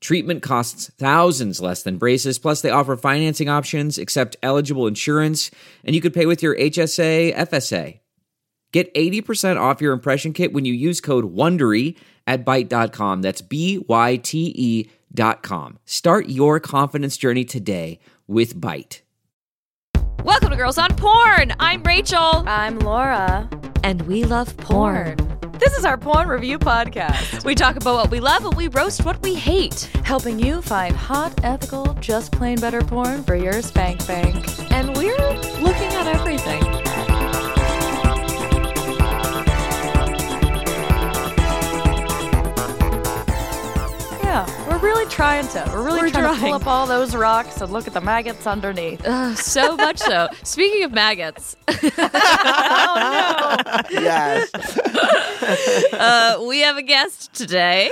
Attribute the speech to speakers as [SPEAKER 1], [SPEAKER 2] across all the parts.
[SPEAKER 1] Treatment costs thousands less than braces, plus, they offer financing options, accept eligible insurance, and you could pay with your HSA, FSA. Get 80% off your impression kit when you use code WONDERY at Byte.com. That's B-Y-T-E E dot com. Start your confidence journey today with Byte.
[SPEAKER 2] Welcome to Girls on Porn. I'm Rachel.
[SPEAKER 3] I'm Laura.
[SPEAKER 4] And we love porn.
[SPEAKER 3] This is our porn review podcast,
[SPEAKER 2] We talk about what we love and we roast what we hate.
[SPEAKER 3] helping you find hot, ethical, just plain better porn for your spank bank. And we're looking at everything. Yeah, we're really trying to. We're really
[SPEAKER 2] We're
[SPEAKER 3] trying to
[SPEAKER 2] trying.
[SPEAKER 3] pull up all those rocks and look at the maggots underneath.
[SPEAKER 2] Ugh, so much so. Speaking of maggots,
[SPEAKER 5] Yes.
[SPEAKER 2] uh, we have a guest today.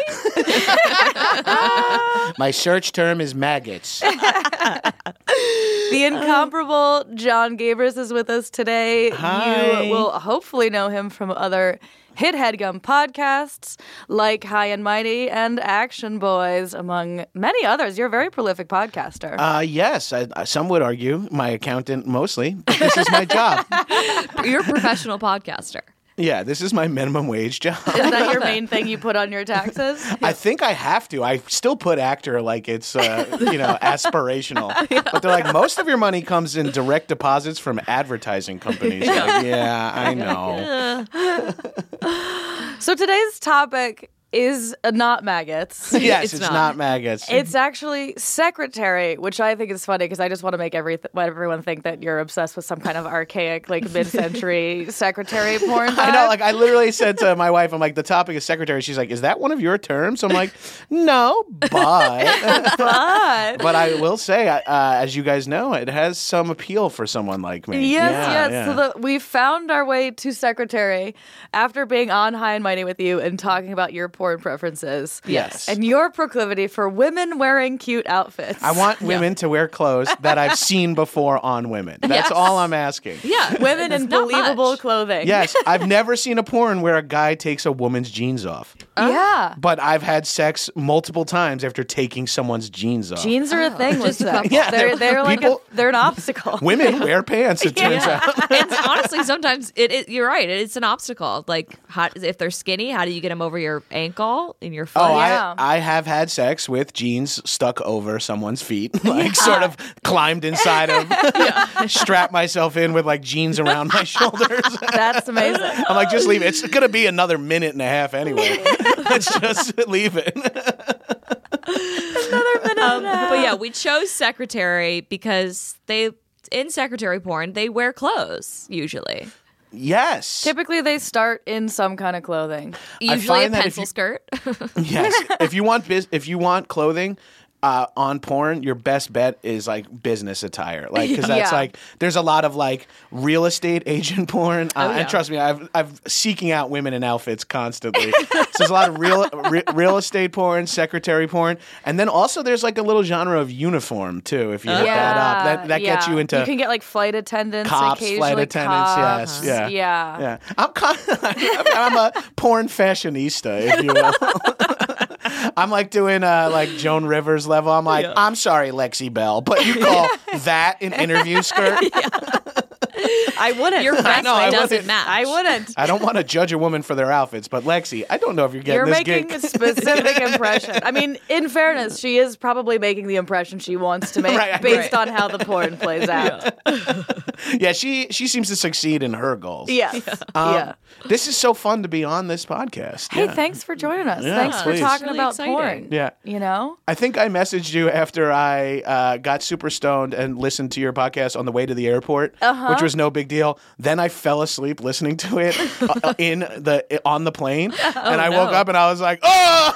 [SPEAKER 5] My search term is maggots.
[SPEAKER 3] The
[SPEAKER 5] Uh,
[SPEAKER 3] incomparable John Gabris is with us today.
[SPEAKER 6] Hi.
[SPEAKER 3] You will hopefully know him from other hit headgum podcasts like High and Mighty and Action Boys, among many others. You're a very prolific podcaster.
[SPEAKER 5] Uh, yes, I, I- some would argue my accountant mostly. But this is my job.
[SPEAKER 2] You're a professional podcaster.
[SPEAKER 5] Yeah, this is my minimum wage job.
[SPEAKER 3] is that your main thing you put on your taxes?
[SPEAKER 5] I think I have to. I still put actor like it's uh, you know aspirational, but they're like most of your money comes in direct deposits from advertising companies. Like, yeah, I know.
[SPEAKER 3] so today's topic is uh, not maggots.
[SPEAKER 5] Yes,
[SPEAKER 2] It's
[SPEAKER 5] it's,
[SPEAKER 2] not.
[SPEAKER 5] not. maggots.
[SPEAKER 3] It's actually secretary, which I think is funny because I just want to make every everyone think that you're obsessed with some kind of archaic, like mid-century secretary porn.
[SPEAKER 5] I
[SPEAKER 3] vibe.
[SPEAKER 5] know, like I literally said to my wife, I'm like, the topic is secretary. She's like, is that one of your terms? I'm like, no, but
[SPEAKER 3] but
[SPEAKER 5] but I will say, uh, as you guys know, it has some appeal for someone like me.
[SPEAKER 3] Yes,
[SPEAKER 5] Yeah,
[SPEAKER 3] yes.
[SPEAKER 5] yeah.
[SPEAKER 3] So the, we found our way to secretary after being on High and Mighty with you and talking about your porn preferences.
[SPEAKER 5] Yes.
[SPEAKER 3] And your proclivity for women wearing cute outfits.
[SPEAKER 5] I want women to wear clothes that I've seen before on women. That's all I'm asking.
[SPEAKER 2] Yeah.
[SPEAKER 3] women
[SPEAKER 2] It's
[SPEAKER 3] in
[SPEAKER 2] not
[SPEAKER 3] believable
[SPEAKER 2] much.
[SPEAKER 3] clothing.
[SPEAKER 5] Yes, I've never seen a porn where a guy takes a woman's jeans off,
[SPEAKER 3] yeah.
[SPEAKER 5] but I've had sex multiple times after taking someone's jeans off.
[SPEAKER 3] Jeans
[SPEAKER 2] Oh.
[SPEAKER 3] are a thing with sex.
[SPEAKER 5] Yeah,
[SPEAKER 3] they're, they're like a,
[SPEAKER 5] people-
[SPEAKER 3] they're an obstacle.
[SPEAKER 5] Women wear pants. It turns out.
[SPEAKER 2] and honestly, sometimes it, it- you're right. It's an obstacle. Like, how, if they're skinny, how do you get them over your ankle and your foot?
[SPEAKER 5] Oh,
[SPEAKER 3] Yeah.
[SPEAKER 5] I, I have had sex with jeans stuck over someone's feet, like sort of climbed inside of, strapped myself in with like jeans around my shoulders.
[SPEAKER 3] That's amazing.
[SPEAKER 5] I'm like, just leave it. It's going to be another minute and a half anyway. Let's just leave it.
[SPEAKER 2] Um, but yeah, we chose secretary because they in secretary porn they wear clothes usually.
[SPEAKER 5] Yes.
[SPEAKER 3] Typically, they start in some kind of clothing.
[SPEAKER 2] Usually a
[SPEAKER 5] find that if
[SPEAKER 2] pencil
[SPEAKER 5] you-
[SPEAKER 2] skirt.
[SPEAKER 5] Yes. If you want bus- if you want clothing uh, on porn, your best bet is like business attire, like because that's
[SPEAKER 3] Yeah.
[SPEAKER 5] like there's a lot of like real estate agent porn. Uh,
[SPEAKER 3] Oh,
[SPEAKER 5] And trust me, I've I've seeking out women in outfits constantly. so there's a lot of real re- real estate porn, secretary porn, and then also there's like a little genre of uniform too. If you hit that up, that that gets
[SPEAKER 3] yeah.
[SPEAKER 5] you into
[SPEAKER 3] You can get like flight attendants,
[SPEAKER 5] cops,
[SPEAKER 3] occasionally
[SPEAKER 5] flight attendants.
[SPEAKER 3] cops.
[SPEAKER 5] Yes, yeah,
[SPEAKER 3] yeah.
[SPEAKER 5] yeah. I'm con- I'm a porn fashionista, if you will. I'm like doing uh, like Joan Rivers level. I'm like, I'm sorry, Lexi Bell, but you call that an interview skirt?
[SPEAKER 3] I wouldn't.
[SPEAKER 2] Your resume
[SPEAKER 5] know, I
[SPEAKER 2] doesn't
[SPEAKER 5] wouldn't-
[SPEAKER 2] match.
[SPEAKER 3] I wouldn't.
[SPEAKER 5] I don't want to judge a woman for their outfits, but Lexi, I don't know if you're getting
[SPEAKER 3] You're
[SPEAKER 5] this
[SPEAKER 3] making
[SPEAKER 5] gig.
[SPEAKER 3] a specific impression. I mean, in fairness, she is probably making the impression she wants to make
[SPEAKER 5] Right, right.
[SPEAKER 3] based on how the porn plays out.
[SPEAKER 5] yeah, she she seems to succeed in her goals.
[SPEAKER 3] Yes.
[SPEAKER 5] Um,
[SPEAKER 3] yeah.
[SPEAKER 5] This is so fun to be on this podcast.
[SPEAKER 3] Hey,
[SPEAKER 5] yeah.
[SPEAKER 3] thanks for joining us.
[SPEAKER 5] Yeah,
[SPEAKER 3] thanks for
[SPEAKER 5] please.
[SPEAKER 3] talking
[SPEAKER 2] Really
[SPEAKER 3] about
[SPEAKER 2] exciting.
[SPEAKER 3] porn.
[SPEAKER 5] Yeah.
[SPEAKER 3] You know?
[SPEAKER 5] I think I messaged you after I uh, got super stoned and listened to your podcast on the way to the airport, which was no big deal. Then I fell asleep listening to it uh, in the on the plane, and I woke
[SPEAKER 2] no.
[SPEAKER 5] up and I was like, "Oh,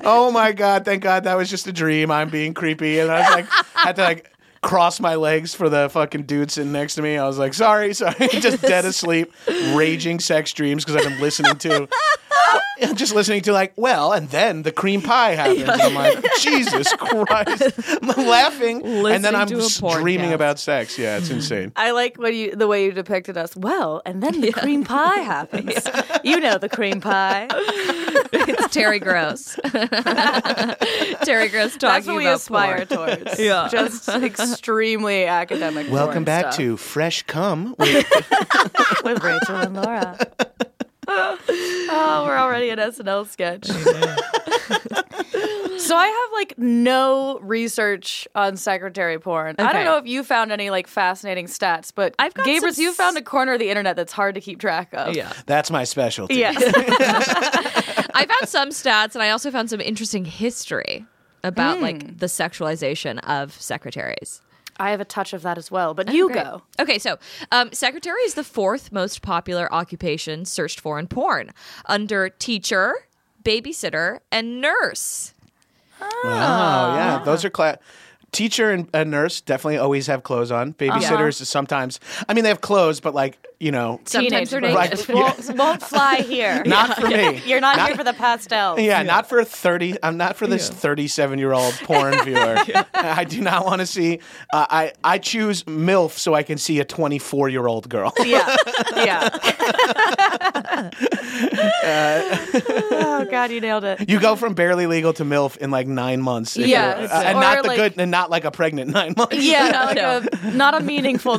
[SPEAKER 5] oh my god! Thank God that was just a dream. I'm being creepy." And I was like, had to like. cross my legs for the fucking dude sitting next to me. I was like, sorry, sorry, just dead asleep, raging sex dreams because I've been listening to. I'm just listening to like, well, and then the cream pie happens. And I'm like, Jesus Christ! I'm laughing, and then
[SPEAKER 2] Listening
[SPEAKER 5] I'm
[SPEAKER 2] to a
[SPEAKER 5] just
[SPEAKER 2] porn
[SPEAKER 5] dreaming
[SPEAKER 2] cast.
[SPEAKER 5] about sex. Yeah, it's insane.
[SPEAKER 3] I like what you the way you depicted us. Well, and then the cream pie happens. You know the cream pie.
[SPEAKER 2] it's Terry Gross. Terry Gross talking
[SPEAKER 3] That's what we
[SPEAKER 2] about
[SPEAKER 3] aspire
[SPEAKER 2] porn.
[SPEAKER 3] towards.
[SPEAKER 2] Yeah.
[SPEAKER 3] Just extremely academic.
[SPEAKER 5] Welcome
[SPEAKER 3] porn
[SPEAKER 5] back
[SPEAKER 3] stuff.
[SPEAKER 5] to Fresh Cum.
[SPEAKER 3] with Rachel and Laura. oh, we're already an SNL sketch. so I have like no research on secretary porn. I
[SPEAKER 2] Okay.
[SPEAKER 3] don't know if you found any like fascinating stats, but
[SPEAKER 2] I've got
[SPEAKER 3] Gabrus,
[SPEAKER 2] some
[SPEAKER 3] you
[SPEAKER 2] s-
[SPEAKER 3] found a corner of the internet that's hard to keep track of.
[SPEAKER 2] Yeah.
[SPEAKER 5] That's my specialty.
[SPEAKER 3] Yes.
[SPEAKER 2] I found some stats and I also found some interesting history about
[SPEAKER 3] Hmm.
[SPEAKER 2] like the sexualization of secretaries.
[SPEAKER 3] I have a touch of that as well, but you
[SPEAKER 2] Oh, Great.
[SPEAKER 3] go.
[SPEAKER 2] Okay, so um, secretary is the fourth most popular occupation searched for in porn, under teacher, babysitter, and nurse.
[SPEAKER 5] Oh yeah, those are class. Teacher and a nurse definitely always have clothes on. Babysitters
[SPEAKER 3] Uh-huh.
[SPEAKER 5] sometimes. I mean, they have clothes, but like you know,
[SPEAKER 2] Sometimes they're
[SPEAKER 3] Teenage
[SPEAKER 2] naked.
[SPEAKER 3] boys. Won't, won't fly here.
[SPEAKER 5] not for me.
[SPEAKER 3] You're not, here for the pastels.
[SPEAKER 5] Yeah, not for thirty. I'm not for this thirty-seven-year-old porn viewer. I do not want to see. Uh, I I choose milf so I can see a twenty-four-year-old girl.
[SPEAKER 3] Yeah. Yeah.
[SPEAKER 2] Uh,
[SPEAKER 3] oh God, you nailed it.
[SPEAKER 5] You go from barely legal to milf in like nine months. if
[SPEAKER 3] Yeah,
[SPEAKER 5] you're-
[SPEAKER 3] it's-
[SPEAKER 5] uh, and
[SPEAKER 3] or
[SPEAKER 5] not the
[SPEAKER 3] like-
[SPEAKER 5] good, and not like a pregnant nine months.
[SPEAKER 3] Yeah, not,
[SPEAKER 2] No.
[SPEAKER 3] like a, not a meaningful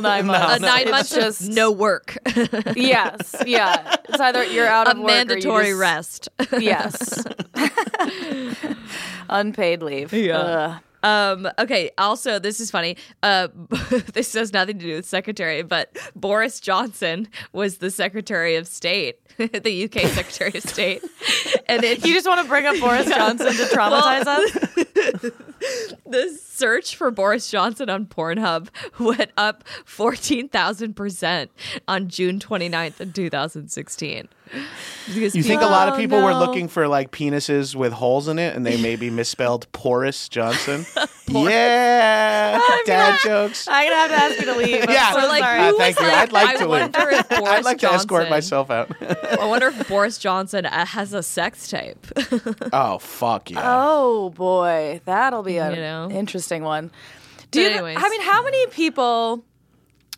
[SPEAKER 3] nine months.
[SPEAKER 2] Uh, nine
[SPEAKER 3] It's
[SPEAKER 2] months
[SPEAKER 3] just
[SPEAKER 2] of no work, a
[SPEAKER 3] Yes, yeah. It's either you're out of work
[SPEAKER 2] mandatory
[SPEAKER 3] or you
[SPEAKER 2] rest.
[SPEAKER 3] just, Yes, unpaid leave.
[SPEAKER 2] Yeah.
[SPEAKER 3] Ugh.
[SPEAKER 2] Um, okay. Also, this is funny. Uh, this has nothing to do with secretary, but Boris Johnson was the Secretary of State, the UK Secretary of State, and it,
[SPEAKER 3] You just want to bring up Boris Johnson to traumatize us?
[SPEAKER 2] the search for Boris Johnson on Pornhub went up fourteen thousand percent on June 29th of two thousand sixteen.
[SPEAKER 5] You think a lot of
[SPEAKER 3] Oh,
[SPEAKER 5] people were
[SPEAKER 3] no.
[SPEAKER 5] looking for like penises with holes in it, and they maybe misspelled Porus Johnson. yeah, dad jokes.
[SPEAKER 3] I'm gonna have to ask you to leave. I'm
[SPEAKER 5] Yeah.
[SPEAKER 3] so
[SPEAKER 5] We're
[SPEAKER 2] like,
[SPEAKER 3] sorry.
[SPEAKER 5] Uh, thank you.
[SPEAKER 2] like,
[SPEAKER 5] I'd like
[SPEAKER 2] I
[SPEAKER 5] to leave.
[SPEAKER 2] wonder if Boris
[SPEAKER 5] I'd like to escort
[SPEAKER 2] Johnson-
[SPEAKER 5] myself out.
[SPEAKER 2] I wonder if Boris Johnson uh, has a sex tape.
[SPEAKER 5] oh fuck yeah.
[SPEAKER 3] Oh boy, that'll be an
[SPEAKER 2] You know?
[SPEAKER 3] interesting one. Do you?
[SPEAKER 2] anyways.
[SPEAKER 3] I mean, how many people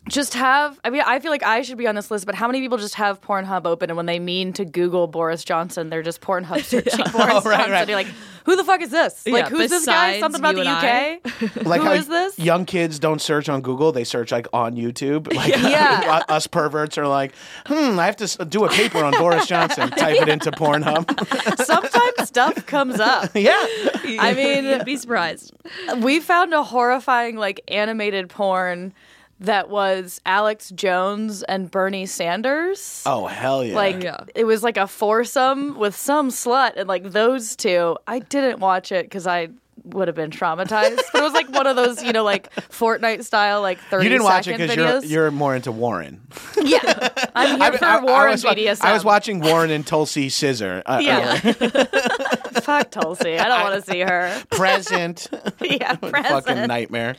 [SPEAKER 3] just have? I mean, I feel like I should be on this list, but how many people just have Pornhub open and when they mean to Google Boris Johnson, they're just Pornhub searching Boris Johnson.
[SPEAKER 5] right.
[SPEAKER 3] You're like, who the fuck is this? Like,
[SPEAKER 2] Oh, Yeah,
[SPEAKER 3] who's this guy?
[SPEAKER 2] besides
[SPEAKER 3] Something about
[SPEAKER 2] you
[SPEAKER 3] the
[SPEAKER 2] and I.
[SPEAKER 3] UK?
[SPEAKER 5] like
[SPEAKER 3] Oh, Who
[SPEAKER 5] how
[SPEAKER 3] is this?
[SPEAKER 5] young kids don't search on Google; they search like on YouTube. Like
[SPEAKER 3] Yeah.
[SPEAKER 5] us perverts are like, hmm, I have to s- do a paper on Boris Johnson. Type it into Pornhub.
[SPEAKER 3] Sometimes stuff comes up.
[SPEAKER 5] yeah,
[SPEAKER 3] I mean,
[SPEAKER 2] be surprised.
[SPEAKER 3] we found a horrifying like animated porn that was Alex Jones and Bernie Sanders.
[SPEAKER 5] oh hell yeah!
[SPEAKER 3] Like
[SPEAKER 2] Yeah.
[SPEAKER 3] it was like a foursome with some slut and like those two. I didn't watch it because I would have been traumatized. but it was like one of those, you know, like Fortnite style, like thirty
[SPEAKER 5] you didn't watch it
[SPEAKER 3] second
[SPEAKER 5] because you're
[SPEAKER 3] videos.
[SPEAKER 5] you're more into Warren.
[SPEAKER 3] yeah, I'm here for Warren
[SPEAKER 5] was, wa-
[SPEAKER 3] BDSM.
[SPEAKER 5] I was watching Warren and Tulsi Scissor. Uh, uh,
[SPEAKER 3] Yeah. Fuck Tulsi. I don't want to see her.
[SPEAKER 5] present.
[SPEAKER 3] Yeah,
[SPEAKER 5] Fucking
[SPEAKER 3] present.
[SPEAKER 5] nightmare.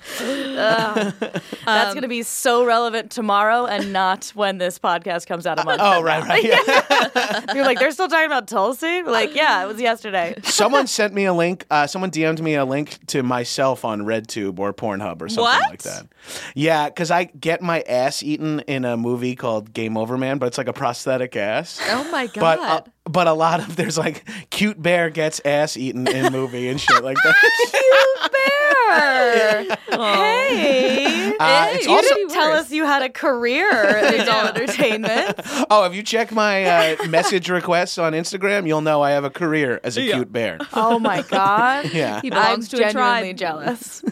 [SPEAKER 3] That's going to be so relevant tomorrow and not when this podcast comes out a month.
[SPEAKER 5] Oh right, right. Yeah.
[SPEAKER 3] You're like, they're still talking about Tulsi? Like, yeah, it was yesterday.
[SPEAKER 5] Someone sent me a link. Uh, someone DM'd me a link to myself on RedTube or Pornhub or something
[SPEAKER 2] What?
[SPEAKER 5] like that. Yeah, because I get my ass eaten in a movie called Game Over Man, but it's like a prosthetic ass.
[SPEAKER 2] Oh my god.
[SPEAKER 5] But uh, but a lot of there's like cute bear gets ass eaten in movie and shit like
[SPEAKER 3] Bear.
[SPEAKER 5] that.
[SPEAKER 3] Hey.
[SPEAKER 5] Uh, it's
[SPEAKER 2] You
[SPEAKER 5] also-
[SPEAKER 3] you didn't tell us you had a career in adult entertainment.
[SPEAKER 5] oh, if you check my uh, message requests on Instagram, you'll know I have a career as a cute bear.
[SPEAKER 3] Oh my god.
[SPEAKER 5] Yeah.
[SPEAKER 2] he
[SPEAKER 3] I'm
[SPEAKER 2] belongs to a
[SPEAKER 3] genuinely
[SPEAKER 2] tribe.
[SPEAKER 3] jealous.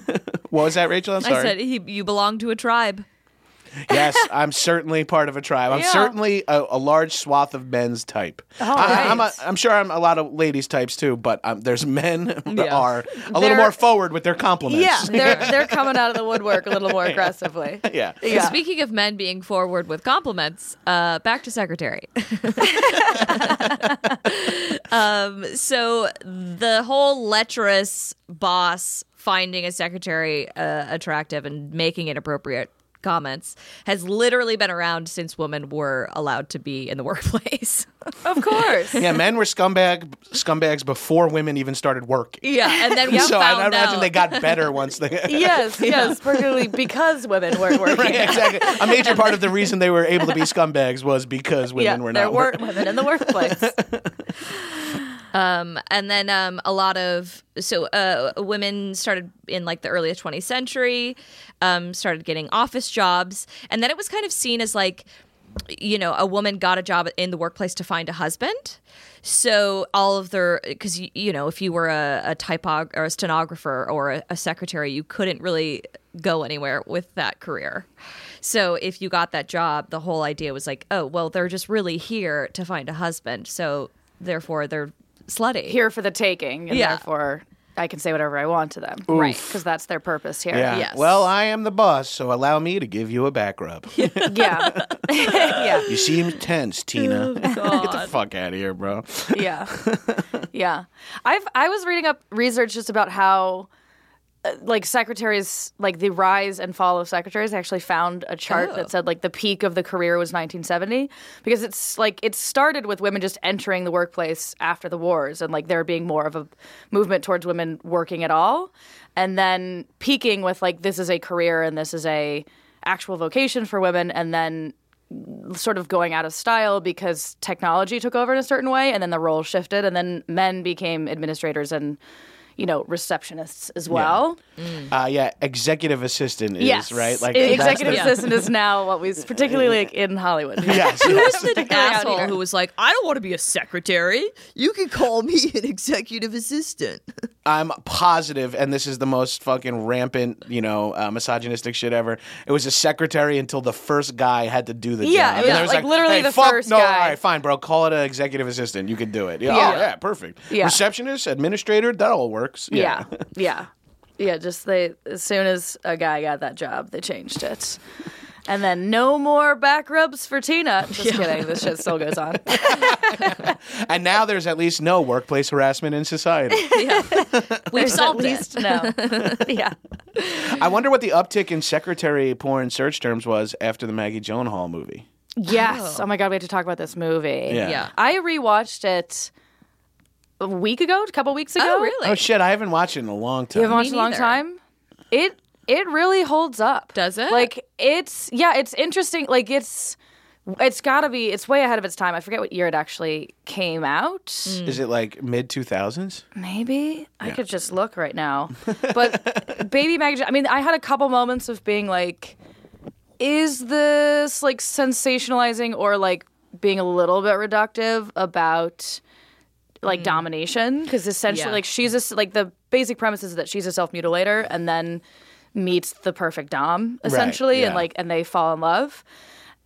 [SPEAKER 5] What was that, Rachel? I'm sorry.
[SPEAKER 2] I said he, you belong to a tribe.
[SPEAKER 5] Yes, I'm certainly part of a tribe. I'm
[SPEAKER 3] Yeah.
[SPEAKER 5] certainly a, a large swath of men's type. I, I'm, a,
[SPEAKER 3] right.
[SPEAKER 5] I'm sure I'm a lot of ladies' types too, but um, there's men that
[SPEAKER 2] Yeah.
[SPEAKER 5] are a little
[SPEAKER 3] They're-
[SPEAKER 5] more forward with their compliments.
[SPEAKER 3] Yeah, they're they're coming out of the woodwork a little more aggressively.
[SPEAKER 5] yeah.
[SPEAKER 3] Yeah.
[SPEAKER 2] Speaking of men being forward with compliments, uh, back to secretary. um, so the whole lecherous boss finding a secretary uh, attractive and making inappropriate comments has literally been around since women were allowed to be in the workplace.
[SPEAKER 3] Of course.
[SPEAKER 5] yeah, men were scumbag scumbags before women even started working.
[SPEAKER 2] yeah, and then we
[SPEAKER 5] so
[SPEAKER 2] found
[SPEAKER 5] I imagine
[SPEAKER 2] out.
[SPEAKER 5] they got better once they.
[SPEAKER 3] Yes, yes, particularly because women weren't working.
[SPEAKER 5] Right, exactly. A major part of the reason they were able to be scumbags was because women
[SPEAKER 3] Yeah,
[SPEAKER 5] were
[SPEAKER 3] there
[SPEAKER 5] not. wor-
[SPEAKER 3] weren't women in the workplace.
[SPEAKER 2] and then um, a lot of so uh, women started in like the early 20th century um, started getting office jobs and then it was kind of seen as like you know a woman got a job in the workplace to find a husband so all of their because you, you know if you were a, a typog or a stenographer or a, a secretary you couldn't really go anywhere with that career so if you got that job the whole idea was like oh well they're just really here to find a husband so therefore they're slutty
[SPEAKER 3] Here for the taking, and
[SPEAKER 2] Yeah.
[SPEAKER 3] therefore I can say whatever I want to them. Right. Because that's their purpose here.
[SPEAKER 5] Yeah.
[SPEAKER 2] Yes.
[SPEAKER 5] Well, I am the boss, so allow me to give you a back rub.
[SPEAKER 3] Yeah. yeah.
[SPEAKER 5] you seem tense, Tina. Get the fuck out of here, bro.
[SPEAKER 3] yeah yeah i've i was reading up research just about how uh, like secretaries like the rise and fall of secretaries I actually found a chart that said like the peak of the career was 1970 because it's like it started with women just entering the workplace after the wars and like there being more of a movement towards women working at all and then peaking with like this is a career and this is a actual vocation for women and then sort of going out of style because technology took over in a certain way and then the role shifted and then men became administrators and you know receptionists as well
[SPEAKER 5] Uh, yeah, executive assistant is
[SPEAKER 3] yes
[SPEAKER 5] right.
[SPEAKER 3] like
[SPEAKER 5] that's
[SPEAKER 3] executive
[SPEAKER 5] the-
[SPEAKER 3] assistant is now what we particularly like in hollywood
[SPEAKER 5] Yes.
[SPEAKER 6] Who's the
[SPEAKER 3] here.
[SPEAKER 6] asshole who was like, I don't want to be a secretary. You can call me an executive assistant.
[SPEAKER 5] I'm positive, and this is the most fucking rampant, you know, uh, misogynistic shit ever. It was a secretary until the first guy had to do the
[SPEAKER 3] Yeah,
[SPEAKER 5] job.
[SPEAKER 3] it was
[SPEAKER 5] there
[SPEAKER 3] like literally
[SPEAKER 5] hey,
[SPEAKER 3] the
[SPEAKER 5] fuck,
[SPEAKER 3] first
[SPEAKER 5] no,
[SPEAKER 3] guy.
[SPEAKER 5] all right, fine, bro. Call it an executive assistant. You can do it. Yeah,
[SPEAKER 3] Yeah.
[SPEAKER 5] oh, yeah perfect.
[SPEAKER 3] Yeah.
[SPEAKER 5] Receptionist, administrator, that all works.
[SPEAKER 3] yeah yeah yeah just they as soon as a guy got that job they changed it and then no more back rubs for tina just kidding this shit still goes on
[SPEAKER 5] And now there's at least no workplace harassment in society.
[SPEAKER 2] We've solved
[SPEAKER 3] at
[SPEAKER 2] it.
[SPEAKER 3] least no
[SPEAKER 5] Oh.
[SPEAKER 3] yeah
[SPEAKER 5] I wonder what the uptick in secretary porn search terms was after the Maggie Gyllenhaal movie.
[SPEAKER 3] Yes. Oh. my god, we have to talk about this movie.
[SPEAKER 5] Yeah.
[SPEAKER 2] Yeah.
[SPEAKER 3] I rewatched it a week ago, a couple weeks ago.
[SPEAKER 2] Oh, really?
[SPEAKER 5] Oh shit, I haven't watched it in a long time.
[SPEAKER 3] You haven't watched it in a long
[SPEAKER 2] neither.
[SPEAKER 3] time? It it really holds up.
[SPEAKER 2] Does it?
[SPEAKER 3] Like it's yeah, it's interesting. Like it's it's gotta be it's way ahead of its time. I forget what year it actually came out.
[SPEAKER 5] Is it like mid 2000s?
[SPEAKER 3] Maybe I could just look right now. But Baby Maggie, I mean, I had a couple moments of being like, is this like sensationalizing or like being a little bit reductive about like domination? Because essentially,
[SPEAKER 2] Yeah.
[SPEAKER 3] like, she's a, s- like the basic premise is that she's a self mutilator and then meets the perfect Dom essentially,
[SPEAKER 5] yeah.
[SPEAKER 3] and like, and they fall in love.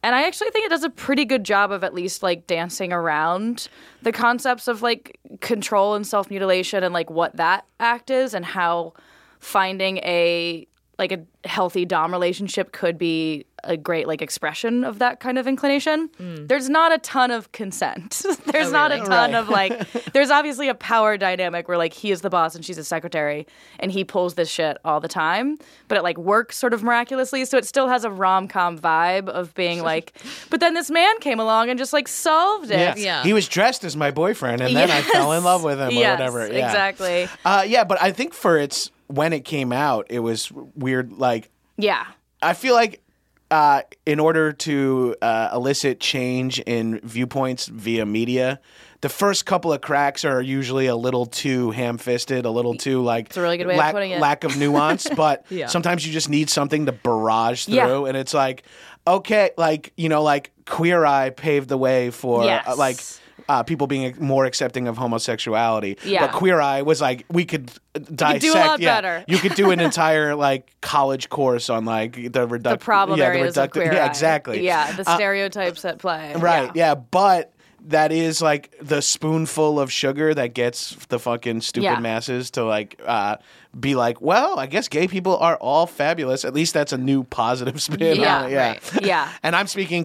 [SPEAKER 3] And I actually think it does a pretty good job of at least like dancing around the concepts of like control and self mutilation and like what that act is and how finding a like a healthy dom relationship could be a great like expression of that kind of inclination. There's not a ton of consent. there's not a ton of like there's obviously a power dynamic where like he is the boss and she's a secretary and he pulls this shit all the time, but it like works sort of miraculously so it still has a rom-com vibe of being like but then this man came along and just like solved it.
[SPEAKER 2] Yeah.
[SPEAKER 5] He was dressed as my boyfriend, and then I fell in love with him or
[SPEAKER 3] Yes,
[SPEAKER 5] whatever. Yeah.
[SPEAKER 3] Exactly.
[SPEAKER 5] Uh, yeah, but I think for its when it came out, it was weird. Like
[SPEAKER 3] Yeah.
[SPEAKER 5] I feel like. Uh, in order to uh, elicit change in viewpoints via media, the first couple of cracks are usually a little too ham-fisted, a little too like it's
[SPEAKER 3] a really good way of
[SPEAKER 5] lack,
[SPEAKER 3] putting it.
[SPEAKER 5] lack of nuance. but sometimes you just need something to barrage through,
[SPEAKER 3] Yeah.
[SPEAKER 5] and it's like, okay, like you know, like Queer Eye paved the way for
[SPEAKER 3] Yes.
[SPEAKER 5] uh, like uh, people being more accepting of homosexuality.
[SPEAKER 3] Yeah.
[SPEAKER 5] But Queer Eye was like, we could uh, dissect.
[SPEAKER 3] do a lot
[SPEAKER 5] yeah.
[SPEAKER 3] better.
[SPEAKER 5] You could do an entire like college course on like the reduction.
[SPEAKER 3] the problem
[SPEAKER 5] Uh, yeah,
[SPEAKER 3] areas
[SPEAKER 5] the
[SPEAKER 3] of queer
[SPEAKER 5] Yeah,
[SPEAKER 3] eye.
[SPEAKER 5] exactly. Uh,
[SPEAKER 3] Yeah, the stereotypes at play.
[SPEAKER 5] Right. Yeah. but. That is like the spoonful of sugar that gets the fucking stupid
[SPEAKER 3] Yeah.
[SPEAKER 5] masses to like uh, be like, well, I guess gay people are all fabulous. At least that's a new positive spin.
[SPEAKER 3] Yeah,
[SPEAKER 5] on it. yeah.
[SPEAKER 3] right. Yeah.
[SPEAKER 5] And I'm speaking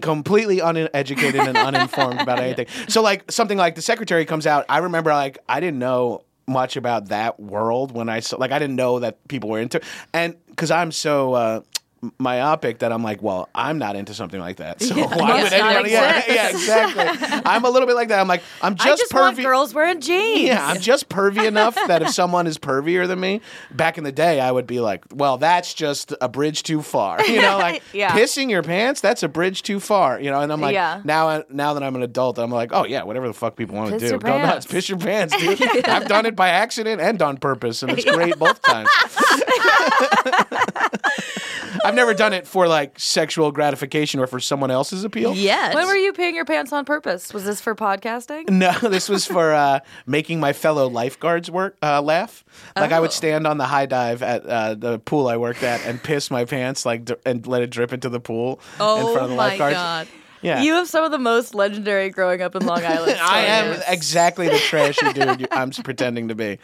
[SPEAKER 5] completely uneducated and uninformed about anything. So like something like the secretary comes out. I remember like I didn't know much about that world when I saw, like, I didn't know that people were into, and because I'm so uh, myopic that I'm like, well, I'm not into something like that. So why would
[SPEAKER 2] Must not
[SPEAKER 5] anybody? Yeah,
[SPEAKER 2] exist.
[SPEAKER 5] yeah, exactly. I'm a little bit like that. I'm like, I'm just,
[SPEAKER 3] I just want
[SPEAKER 5] pervy-
[SPEAKER 3] girls wearing jeans.
[SPEAKER 5] yeah, I'm just pervy enough that if someone is pervier than me, back in the day, I would be like, well, that's just a bridge too far. You know, like
[SPEAKER 3] Yeah.
[SPEAKER 5] pissing your pants, that's a bridge too far. You know, and I'm like,
[SPEAKER 3] Yeah.
[SPEAKER 5] now, uh, now that I'm an adult, I'm like, oh yeah, whatever the fuck people want to
[SPEAKER 3] Piss
[SPEAKER 5] do,
[SPEAKER 3] your
[SPEAKER 5] go nuts,
[SPEAKER 3] pants.
[SPEAKER 5] piss your pants, dude. I've done it by accident and on purpose, and it's great both times. I've never done it for like sexual gratification or for someone else's appeal.
[SPEAKER 2] Yes.
[SPEAKER 3] When were you peeing your pants on purpose? Was this for podcasting?
[SPEAKER 5] No, this was for uh, making my fellow lifeguards work uh, laugh. Like I would
[SPEAKER 2] Oh.
[SPEAKER 5] stand on the high dive at uh, the pool I worked at and piss my pants like dr- and let it drip into the pool in front of
[SPEAKER 2] Oh
[SPEAKER 5] the
[SPEAKER 2] my
[SPEAKER 5] lifeguards.
[SPEAKER 2] god.
[SPEAKER 5] Yeah.
[SPEAKER 3] You have some of the most legendary growing up in Long Island.
[SPEAKER 5] I am
[SPEAKER 3] stories.
[SPEAKER 5] exactly the trashy dude you- I'm s- pretending to be.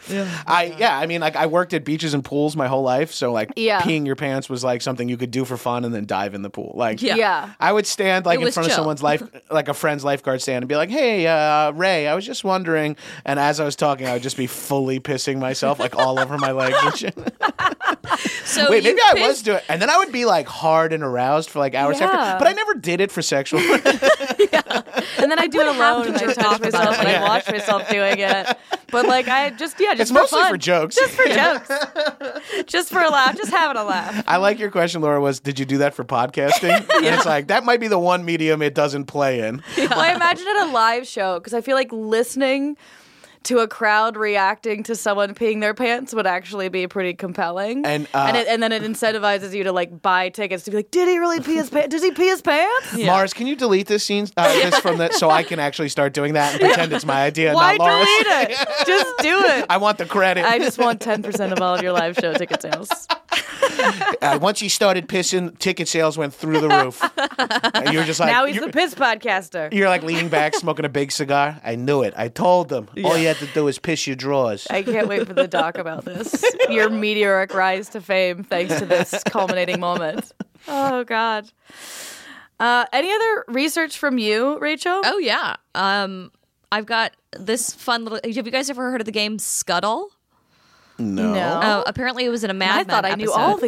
[SPEAKER 5] I yeah, I mean like I worked at beaches and pools my whole life, so like
[SPEAKER 3] Yeah.
[SPEAKER 5] peeing your pants was like something you could do for fun and then dive in the pool. Like
[SPEAKER 2] Yeah.
[SPEAKER 3] Yeah.
[SPEAKER 5] I would stand like
[SPEAKER 2] It
[SPEAKER 5] in
[SPEAKER 2] was
[SPEAKER 5] front of
[SPEAKER 2] chill.
[SPEAKER 5] someone's life, like a friend's lifeguard stand, and be like, "Hey, uh, Ray, I was just wondering." And as I was talking, I would just be fully pissing myself, like all over my legs and shit.
[SPEAKER 2] So
[SPEAKER 5] Wait,
[SPEAKER 2] you
[SPEAKER 5] maybe I
[SPEAKER 2] pissed-
[SPEAKER 5] was doing, and then I would be like hard and aroused for like hours
[SPEAKER 3] Yeah.
[SPEAKER 5] after. But I never did it for sexual.
[SPEAKER 3] And then I do it alone and I
[SPEAKER 2] just
[SPEAKER 3] touch
[SPEAKER 2] talk about
[SPEAKER 3] myself and
[SPEAKER 5] it.
[SPEAKER 3] I watch myself doing it. But like I just yeah, just
[SPEAKER 5] it's
[SPEAKER 3] for
[SPEAKER 5] mostly
[SPEAKER 3] fun.
[SPEAKER 5] for jokes.
[SPEAKER 3] Just for jokes. just for a laugh. Just having a laugh.
[SPEAKER 5] I like your question, Laura. Was did you do that for podcasting? And it's like that might be the one medium it doesn't play in.
[SPEAKER 3] Well, I imagine at a live show, because I feel like listening to a crowd reacting to someone peeing their pants would actually be pretty compelling.
[SPEAKER 5] And, uh,
[SPEAKER 3] and, it, and then it incentivizes you to like buy tickets to be like, did he really pee his pants? Does he pee his pants?
[SPEAKER 5] Mars, can you delete this scene, uh, this from that, so I can actually start doing that and pretend it's my idea,
[SPEAKER 3] Why
[SPEAKER 5] not Laura's?
[SPEAKER 3] delete it? Just do it.
[SPEAKER 5] I want the credit.
[SPEAKER 3] I just want 10% of all of your live show ticket sales.
[SPEAKER 5] Uh, once he started pissing, ticket sales went through the roof. And you're just like,
[SPEAKER 3] now he's
[SPEAKER 5] you're,
[SPEAKER 3] the piss podcaster.
[SPEAKER 5] you're like leaning back, smoking a big cigar. I knew it. I told them. All you had to do is piss your drawers.
[SPEAKER 3] I can't wait for the doc about this. Your meteoric rise to fame, thanks to this culminating moment. Oh God. Uh, any other research from you, Rachel?
[SPEAKER 2] Oh yeah. Um, I've got this fun little. Have you guys ever heard of the game Scuttle?
[SPEAKER 3] no.
[SPEAKER 2] Uh, apparently, it was in a Mad
[SPEAKER 3] I
[SPEAKER 2] Men
[SPEAKER 3] thought I knew
[SPEAKER 2] episode.
[SPEAKER 3] all the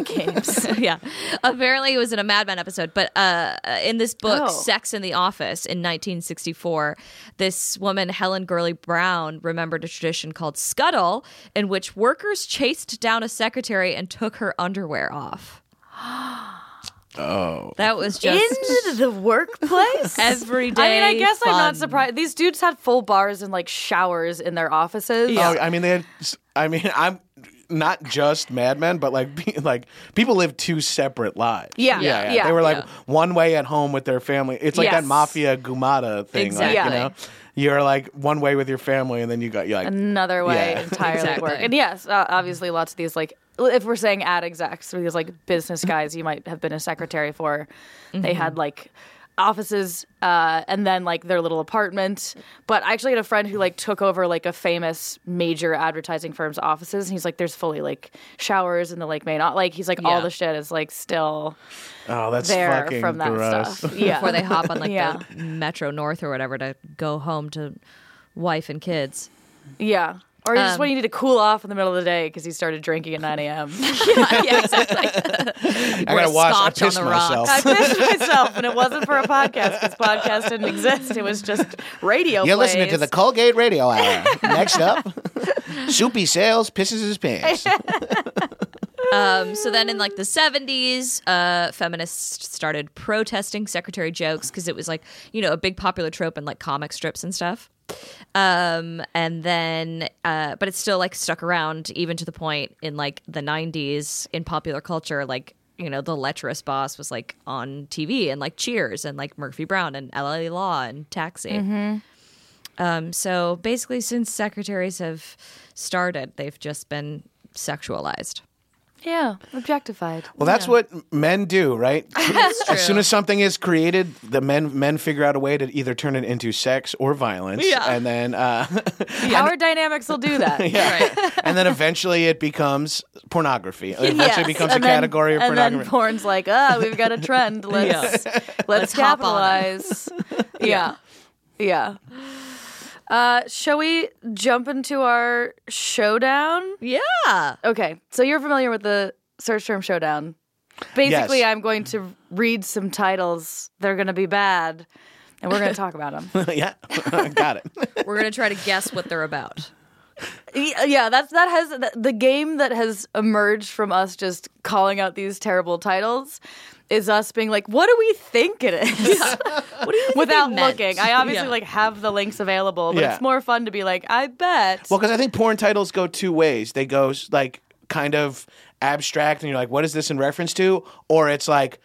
[SPEAKER 3] games.
[SPEAKER 2] yeah. Apparently, it was in a Mad Men episode. But uh, in this book,
[SPEAKER 3] Oh.
[SPEAKER 2] Sex in the Office in 1964, this woman, Helen Gurley Brown, remembered a tradition called Scuttle, in which workers chased down a secretary and took her underwear off. Oh. That was just.
[SPEAKER 3] in the workplace?
[SPEAKER 2] Every day.
[SPEAKER 3] I mean, I guess I'm not
[SPEAKER 2] fun.
[SPEAKER 3] surprised. These dudes had full bars and like showers in their offices.
[SPEAKER 5] Oh, I mean, they had, I mean, I'm not just Mad Men, but like, pe- like people live two separate lives.
[SPEAKER 3] Yeah, yeah,
[SPEAKER 5] They were like
[SPEAKER 2] yeah.
[SPEAKER 5] one way at home with their family. It's like
[SPEAKER 3] Yes.
[SPEAKER 5] that mafia gumata thing. Like,
[SPEAKER 2] Exactly.
[SPEAKER 5] you know, you're like one way with your family, and then you got you like.
[SPEAKER 3] Another way
[SPEAKER 5] Yeah.
[SPEAKER 3] entirely at work.
[SPEAKER 2] Exactly.
[SPEAKER 3] And yes, uh, obviously, lots of these like if we're saying ad execs, or these like business guys you might have been a secretary for, they had
[SPEAKER 5] Mm-hmm.
[SPEAKER 3] like offices uh, and then like their little apartment. But I actually had a friend who like took over like a famous major advertising firm's offices, and he's like, "There's fully like showers in the like main o-" like he's like all
[SPEAKER 2] Yeah.
[SPEAKER 3] the shit is like still
[SPEAKER 5] oh, that's
[SPEAKER 3] there
[SPEAKER 5] fucking
[SPEAKER 3] from that
[SPEAKER 5] gross.
[SPEAKER 3] stuff." Yeah,
[SPEAKER 2] before they hop on like
[SPEAKER 3] Yeah.
[SPEAKER 2] the Metro North or whatever to go home to wife and kids.
[SPEAKER 3] yeah. Or just
[SPEAKER 2] Um,
[SPEAKER 3] when you need to cool off in the middle of the day because he started drinking at 9 a.m.
[SPEAKER 2] yeah, exactly.
[SPEAKER 5] I gotta
[SPEAKER 2] a
[SPEAKER 5] watch. I
[SPEAKER 2] scotch on
[SPEAKER 5] pissed
[SPEAKER 2] the rocks.
[SPEAKER 5] myself.
[SPEAKER 3] I pissed myself, and it wasn't for a podcast. This podcast didn't exist. It was just radio.
[SPEAKER 5] You're listening
[SPEAKER 3] plays.
[SPEAKER 5] to the Colgate Radio Hour. Next up, Soupy Sales pisses his pants.
[SPEAKER 2] Um, so then in like the 70s, uh, feminists started protesting secretary jokes because it was like, you know, a big popular trope in like comic strips and stuff. Um, and then, uh, but it's still like stuck around even to the point in like the 90s in popular culture, like, you know, the lecherous boss was like on TV and like Cheers and like Murphy Brown and LA Law and Taxi. Um, so basically, since secretaries have started, they've just been sexualized.
[SPEAKER 3] yeah, objectified.
[SPEAKER 5] Well, that's what men do, right? As soon as something is created, the men men figure out a way to either turn it into sex or violence,
[SPEAKER 2] Yeah.
[SPEAKER 5] and then uh,
[SPEAKER 3] Power dynamics will do that. yeah.
[SPEAKER 2] Right.
[SPEAKER 5] and then eventually it becomes pornography. It eventually becomes a category of
[SPEAKER 3] and then
[SPEAKER 5] pornography.
[SPEAKER 3] porn's like, ah, we've got a trend. Let's let's,
[SPEAKER 2] hop on it."
[SPEAKER 3] capitalize. yeah, yeah. Uh, shall we jump into our showdown?
[SPEAKER 6] Yeah.
[SPEAKER 3] Okay, so you're familiar with the search term showdown. Basically,
[SPEAKER 5] Yes.
[SPEAKER 3] I'm going to read some titles. They're going to be bad, and we're going to talk about them.
[SPEAKER 5] yeah, got it.
[SPEAKER 2] We're gonna try to guess what they're about.
[SPEAKER 3] yeah, that's that has th- the game that has emerged from us just calling out these terrible titles is us being like, "What do we think it is?"
[SPEAKER 2] What do you think they
[SPEAKER 3] Without
[SPEAKER 2] meant?
[SPEAKER 3] looking, I obviously
[SPEAKER 2] Yeah.
[SPEAKER 3] like have the links available, but
[SPEAKER 5] Yeah.
[SPEAKER 3] it's more fun to be like, "I bet."
[SPEAKER 5] Well, because I think porn titles go two ways. They go s- like kind of abstract, and you're like, "What is this in reference to?" Or it's like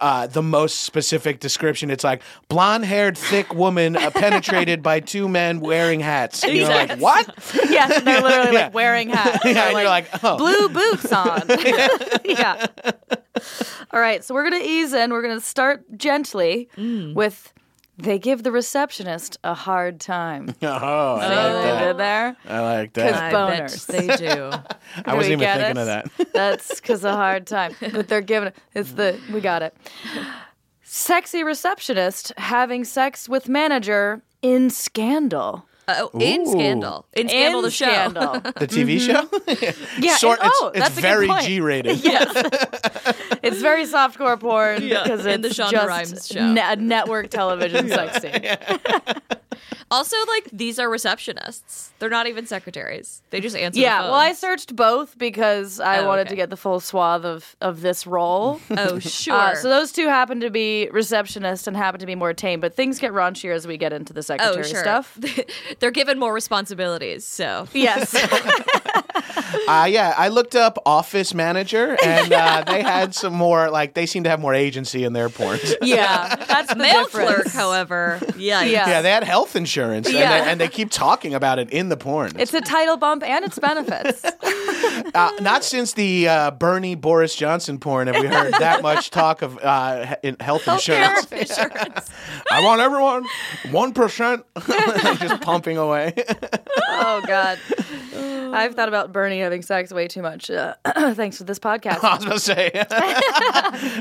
[SPEAKER 5] uh, the most specific description. It's like blonde-haired, thick woman uh, penetrated by two men wearing hats. And you're like, "What?"
[SPEAKER 3] yes, and they're literally
[SPEAKER 5] Yeah.
[SPEAKER 3] like wearing hats.
[SPEAKER 5] Yeah, and
[SPEAKER 3] They're
[SPEAKER 5] you're like, "Oh."
[SPEAKER 3] blue boots on. yeah. All right, so we're gonna ease in. We're gonna start gently
[SPEAKER 5] Mm.
[SPEAKER 3] with they give the receptionist a hard time.
[SPEAKER 5] Oh, I like
[SPEAKER 3] They
[SPEAKER 5] that.
[SPEAKER 3] did there.
[SPEAKER 5] I like
[SPEAKER 3] Cause-
[SPEAKER 2] I
[SPEAKER 5] that.
[SPEAKER 3] Boners.
[SPEAKER 2] bet they do.
[SPEAKER 5] I wasn't
[SPEAKER 3] we
[SPEAKER 5] even
[SPEAKER 3] get
[SPEAKER 5] thinking
[SPEAKER 3] it?
[SPEAKER 5] of that.
[SPEAKER 3] That's because a hard time that they're giving. it- It's the we got it. Sexy receptionist having sex with manager in scandal.
[SPEAKER 2] Oh, in
[SPEAKER 5] Ooh.
[SPEAKER 2] Scandal, in Scandal,
[SPEAKER 3] In
[SPEAKER 2] the show.
[SPEAKER 3] Scandal.
[SPEAKER 5] The TV show?
[SPEAKER 3] Mm-hmm. Yeah.
[SPEAKER 5] Sort-
[SPEAKER 3] and- oh,
[SPEAKER 5] it's,
[SPEAKER 3] that's
[SPEAKER 5] it's
[SPEAKER 3] a good
[SPEAKER 5] very
[SPEAKER 3] point.
[SPEAKER 5] G rated.
[SPEAKER 3] It's very softcore porn
[SPEAKER 2] Yeah,
[SPEAKER 3] because
[SPEAKER 2] in the
[SPEAKER 3] it's
[SPEAKER 2] Shonda
[SPEAKER 3] just
[SPEAKER 2] Rhimes show.
[SPEAKER 3] ne- a network television sex scene.
[SPEAKER 2] Also, like these are receptionists. They're not even secretaries. They just answer.
[SPEAKER 3] Yeah,
[SPEAKER 2] the
[SPEAKER 3] well, I
[SPEAKER 2] phones.
[SPEAKER 3] searched both because I
[SPEAKER 2] Oh,
[SPEAKER 3] wanted
[SPEAKER 2] okay.
[SPEAKER 3] to get the full swath of of this role.
[SPEAKER 2] Oh sure.
[SPEAKER 3] Uh, so those two happen to be receptionist and happen to be more tame, but things get raunchier as we get into the secretary
[SPEAKER 2] oh sure.
[SPEAKER 3] stuff.
[SPEAKER 2] They're given more responsibilities. So
[SPEAKER 3] Yes,
[SPEAKER 5] Uh, yeah, I looked up office manager, and uh, they had some more. Like they seem to have more agency in their porn.
[SPEAKER 3] yeah, that's the
[SPEAKER 2] mail
[SPEAKER 3] difference.
[SPEAKER 2] clerk, however, yeah,
[SPEAKER 3] Yeah.
[SPEAKER 5] Yeah, they had health insurance, and,
[SPEAKER 3] Yeah.
[SPEAKER 5] they, and they keep talking about it in the porn.
[SPEAKER 3] It's a title bump and its benefits.
[SPEAKER 5] uh, not since the uh, Bernie Boris Johnson porn have we heard that much talk of uh, he- in health insurance.
[SPEAKER 2] insurance.
[SPEAKER 5] I want everyone one percent, just pumping away.
[SPEAKER 3] oh God, I've thought about Bernie having sex way too much. Uh, thanks for this
[SPEAKER 5] I
[SPEAKER 3] podcast.
[SPEAKER 5] was gonna say,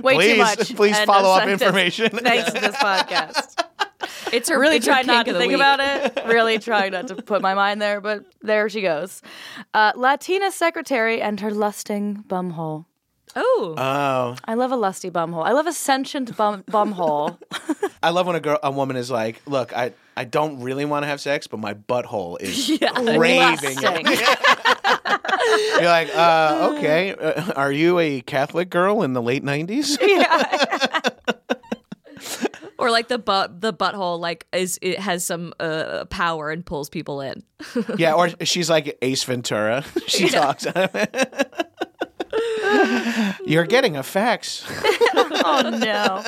[SPEAKER 3] Way too
[SPEAKER 5] please,
[SPEAKER 3] much.
[SPEAKER 5] please
[SPEAKER 3] End of
[SPEAKER 5] follow up
[SPEAKER 3] sentence.
[SPEAKER 5] information.
[SPEAKER 3] Thanks for this podcast.
[SPEAKER 2] It's her.
[SPEAKER 3] really
[SPEAKER 2] it's her
[SPEAKER 3] trying not
[SPEAKER 2] kink of
[SPEAKER 3] to
[SPEAKER 2] the
[SPEAKER 3] think
[SPEAKER 2] week.
[SPEAKER 3] about it. Really trying not to put my mind there, but there she goes. Uh, Latina secretary and her lusting bumhole.
[SPEAKER 2] Oh,
[SPEAKER 5] Oh,
[SPEAKER 3] I love a lusty bumhole. I love a sentient bum bumhole.
[SPEAKER 5] I love when a girl, a woman is like, "Look, I, I don't really want to have sex, but my butthole is raving."
[SPEAKER 3] Lusting.
[SPEAKER 5] it." You're like, uh, "Okay, uh, are you a Catholic girl in the late '90s?"
[SPEAKER 2] or like the butt, the butthole, like is it has some uh, power and pulls people in.
[SPEAKER 5] yeah, or she's like Ace Ventura. she talks. You're getting a fax.
[SPEAKER 3] oh no.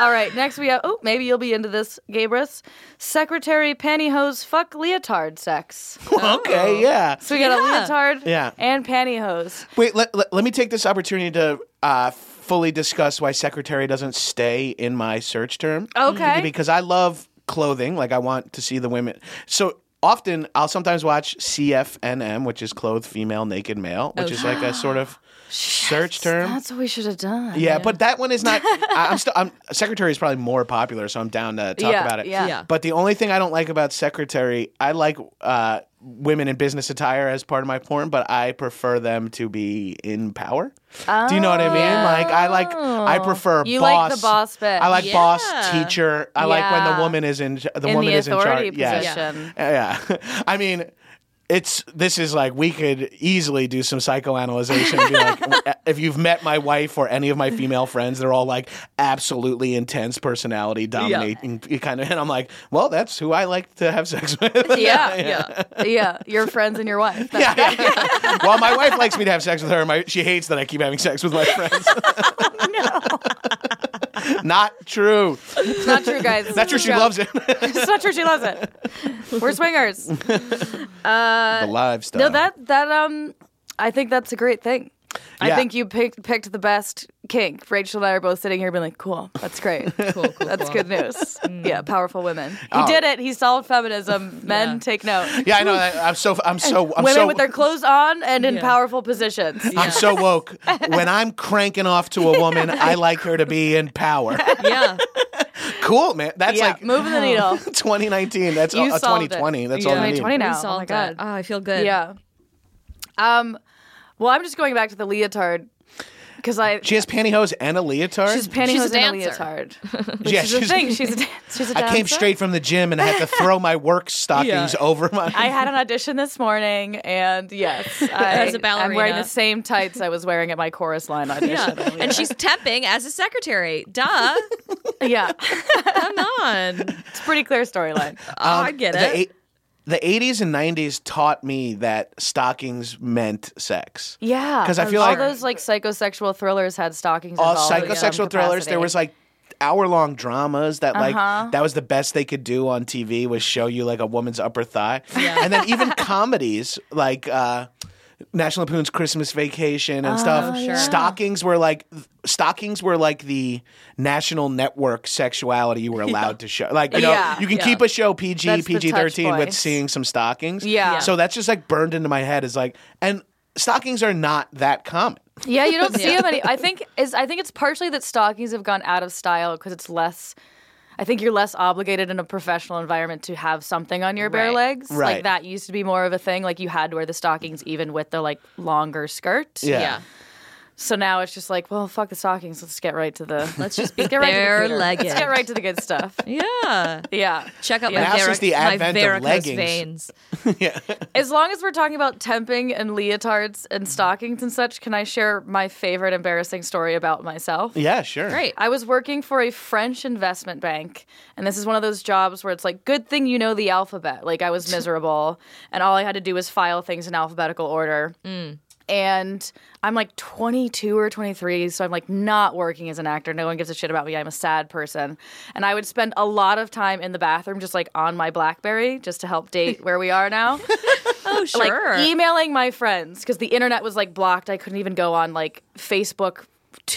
[SPEAKER 3] All right, next we have. Oh, maybe you'll be into this, Gabrus. Secretary pantyhose fuck leotard sex.
[SPEAKER 5] okay, yeah.
[SPEAKER 3] So we got a leotard
[SPEAKER 5] Yeah.
[SPEAKER 3] and pantyhose.
[SPEAKER 5] Wait, let, let, let me take this opportunity to uh, fully discuss why secretary doesn't stay in my search term.
[SPEAKER 3] Okay.
[SPEAKER 5] Because I love clothing. Like, I want to see the women. So often, I'll sometimes watch CFNM, which is clothed female, naked male, which is like a sort of search term.
[SPEAKER 3] That's what we should have done.
[SPEAKER 5] yeah, but that one is not. I, I'm still. I'm secretary is probably more popular, so I'm down to talk
[SPEAKER 3] Yeah,
[SPEAKER 5] about it.
[SPEAKER 3] yeah.
[SPEAKER 2] Yeah.
[SPEAKER 5] But the only thing I don't like about secretary, I like uh, women in business attire as part of my porn, but I prefer them to be in power. Do you know what I mean? Like I like. I prefer.
[SPEAKER 3] Oh. You like
[SPEAKER 5] boss.
[SPEAKER 3] the boss bit.
[SPEAKER 5] I like boss
[SPEAKER 2] Yeah.
[SPEAKER 5] teacher. I like when
[SPEAKER 3] Yeah.
[SPEAKER 5] the woman is in. The
[SPEAKER 3] in
[SPEAKER 5] woman
[SPEAKER 3] the
[SPEAKER 5] is in charge.
[SPEAKER 3] authority
[SPEAKER 5] Yes.
[SPEAKER 3] position.
[SPEAKER 5] Yeah. I mean, it's this is like we could easily do some psychoanalyzation. And be like, if you've met my wife or any of my female friends, they're all like absolutely intense personality dominating kind of. And I'm like, well, that's who I like to have sex with.
[SPEAKER 3] Yeah,
[SPEAKER 2] Yeah,
[SPEAKER 3] yeah, Your friends and your wife. That's-
[SPEAKER 5] Yeah, yeah, yeah. Well, my wife likes me to have sex with her. My, she hates that I keep having sex with my friends.
[SPEAKER 3] Oh,
[SPEAKER 5] Not true.
[SPEAKER 3] It's not true, guys.
[SPEAKER 5] Not true. She loves it.
[SPEAKER 3] It's not true. She loves it. We're swingers.
[SPEAKER 5] the live stuff.
[SPEAKER 3] Uh, No, that that um, I think that's a great thing. I
[SPEAKER 5] Yeah.
[SPEAKER 3] think you picked picked the best kink. Rachel and I are both sitting here being like, "Cool, that's great.
[SPEAKER 2] cool, cool.
[SPEAKER 3] That's
[SPEAKER 2] cool.
[SPEAKER 3] good news."
[SPEAKER 5] Mm.
[SPEAKER 3] yeah, powerful women. He did it. He solved feminism. Men
[SPEAKER 2] Yeah.
[SPEAKER 3] take note.
[SPEAKER 5] Oh. Yeah, I know. I, I'm so. I'm so. I'm
[SPEAKER 3] Women
[SPEAKER 5] so,
[SPEAKER 3] with their clothes on and in
[SPEAKER 2] Yeah.
[SPEAKER 3] powerful positions.
[SPEAKER 5] I'm so woke. When I'm cranking off to a woman, I like her to be in power.
[SPEAKER 2] Yeah,
[SPEAKER 5] cool, man. That's
[SPEAKER 3] yeah,
[SPEAKER 5] like
[SPEAKER 3] moving the needle.
[SPEAKER 5] 2019. That's
[SPEAKER 3] You
[SPEAKER 5] all, uh,
[SPEAKER 3] solved it.
[SPEAKER 5] 2020. That's
[SPEAKER 3] Yeah.
[SPEAKER 5] all I need.
[SPEAKER 3] 2020 now.
[SPEAKER 2] We
[SPEAKER 3] Oh
[SPEAKER 2] solved
[SPEAKER 3] my god.
[SPEAKER 2] that. Oh, I feel good.
[SPEAKER 3] Yeah. Um. Well, I'm just going back to the leotard because I
[SPEAKER 5] She has pantyhose and a leotard.
[SPEAKER 3] she's pantyhose
[SPEAKER 2] She's a
[SPEAKER 3] and a
[SPEAKER 2] dancer.
[SPEAKER 3] leotard. Which
[SPEAKER 5] Yeah,
[SPEAKER 3] is
[SPEAKER 5] she's-
[SPEAKER 3] a thing. She's a dan- she's a dancer.
[SPEAKER 5] I came straight from the gym and I had to throw my work stockings over my.
[SPEAKER 3] I had an audition this morning, and yes, I,
[SPEAKER 2] As a
[SPEAKER 3] I'm wearing
[SPEAKER 2] ballerina.
[SPEAKER 3] the same tights I was wearing at my chorus line audition.
[SPEAKER 5] Oh,
[SPEAKER 2] Yeah. And she's temping as a secretary. Duh.
[SPEAKER 3] yeah,
[SPEAKER 2] Come on.
[SPEAKER 3] it's a pretty clear storyline.
[SPEAKER 5] Uh,
[SPEAKER 2] Oh, I get
[SPEAKER 5] Um, the
[SPEAKER 2] it.
[SPEAKER 5] eight- the 80s and 90s taught me that stockings meant sex.
[SPEAKER 3] Yeah,
[SPEAKER 5] 'Cause I feel
[SPEAKER 3] all
[SPEAKER 5] like-
[SPEAKER 3] those like psychosexual thrillers had stockings.
[SPEAKER 5] All
[SPEAKER 3] involved in some
[SPEAKER 5] psychosexual thrillers. There
[SPEAKER 3] capacity.
[SPEAKER 5] was like hour long dramas that like
[SPEAKER 3] Uh-huh.
[SPEAKER 5] that was the best they could do on TV was show you like a woman's upper thigh. And then even comedies like uh National Lampoon's Christmas Vacation
[SPEAKER 3] Oh,
[SPEAKER 5] and stuff. Stockings were like stockings were like the national network sexuality you were allowed to show. Like you know,
[SPEAKER 3] Yeah.
[SPEAKER 5] you can keep a show PG
[SPEAKER 3] That's the touch
[SPEAKER 5] PG thirteen with
[SPEAKER 3] points.
[SPEAKER 5] seeing some stockings.
[SPEAKER 3] Yeah. Yeah.
[SPEAKER 5] So that's just like burned into my head. Is like and stockings are not that common.
[SPEAKER 3] Yeah, you don't see them any. I think is I think it's partially that stockings have gone out of style because it's less. I think you're less obligated in a professional environment to have something on your bare
[SPEAKER 2] Right.
[SPEAKER 3] legs.
[SPEAKER 5] Right.
[SPEAKER 3] Like that used to be more of a thing. Like you had to wear the stockings even with the like longer skirt.
[SPEAKER 2] yeah.
[SPEAKER 3] So now it's just like, well, fuck the stockings. Let's get right to the.
[SPEAKER 2] Let's just be
[SPEAKER 3] get right to the
[SPEAKER 2] bare
[SPEAKER 3] cooter.
[SPEAKER 2] legged.
[SPEAKER 3] Let's get right to the good stuff.
[SPEAKER 2] Yeah.
[SPEAKER 3] Yeah.
[SPEAKER 2] Check out
[SPEAKER 5] Now
[SPEAKER 2] my,
[SPEAKER 5] since
[SPEAKER 2] varic-
[SPEAKER 5] the
[SPEAKER 2] my
[SPEAKER 5] advent of
[SPEAKER 2] varicose
[SPEAKER 5] leggings.
[SPEAKER 2] veins.
[SPEAKER 3] As long as we're talking about temping and leotards and stockings and such, can I share my favorite embarrassing story about myself?
[SPEAKER 5] Yeah, sure.
[SPEAKER 2] Great.
[SPEAKER 3] I was working for a French investment bank, and this is one of those jobs where it's like, good thing you know the alphabet. Like, I was miserable, and all I had to do was file things in alphabetical order. And I'm like 22 or 23, so I'm like not working as an actor. No one gives a shit about me. I'm a sad person. And I would spend a lot of time in the bathroom, just like on my Blackberry, just to help date where we are now
[SPEAKER 2] Oh, sure.
[SPEAKER 3] like
[SPEAKER 5] e-
[SPEAKER 3] emailing my friends because the internet was like blocked. I couldn't even go on like Facebook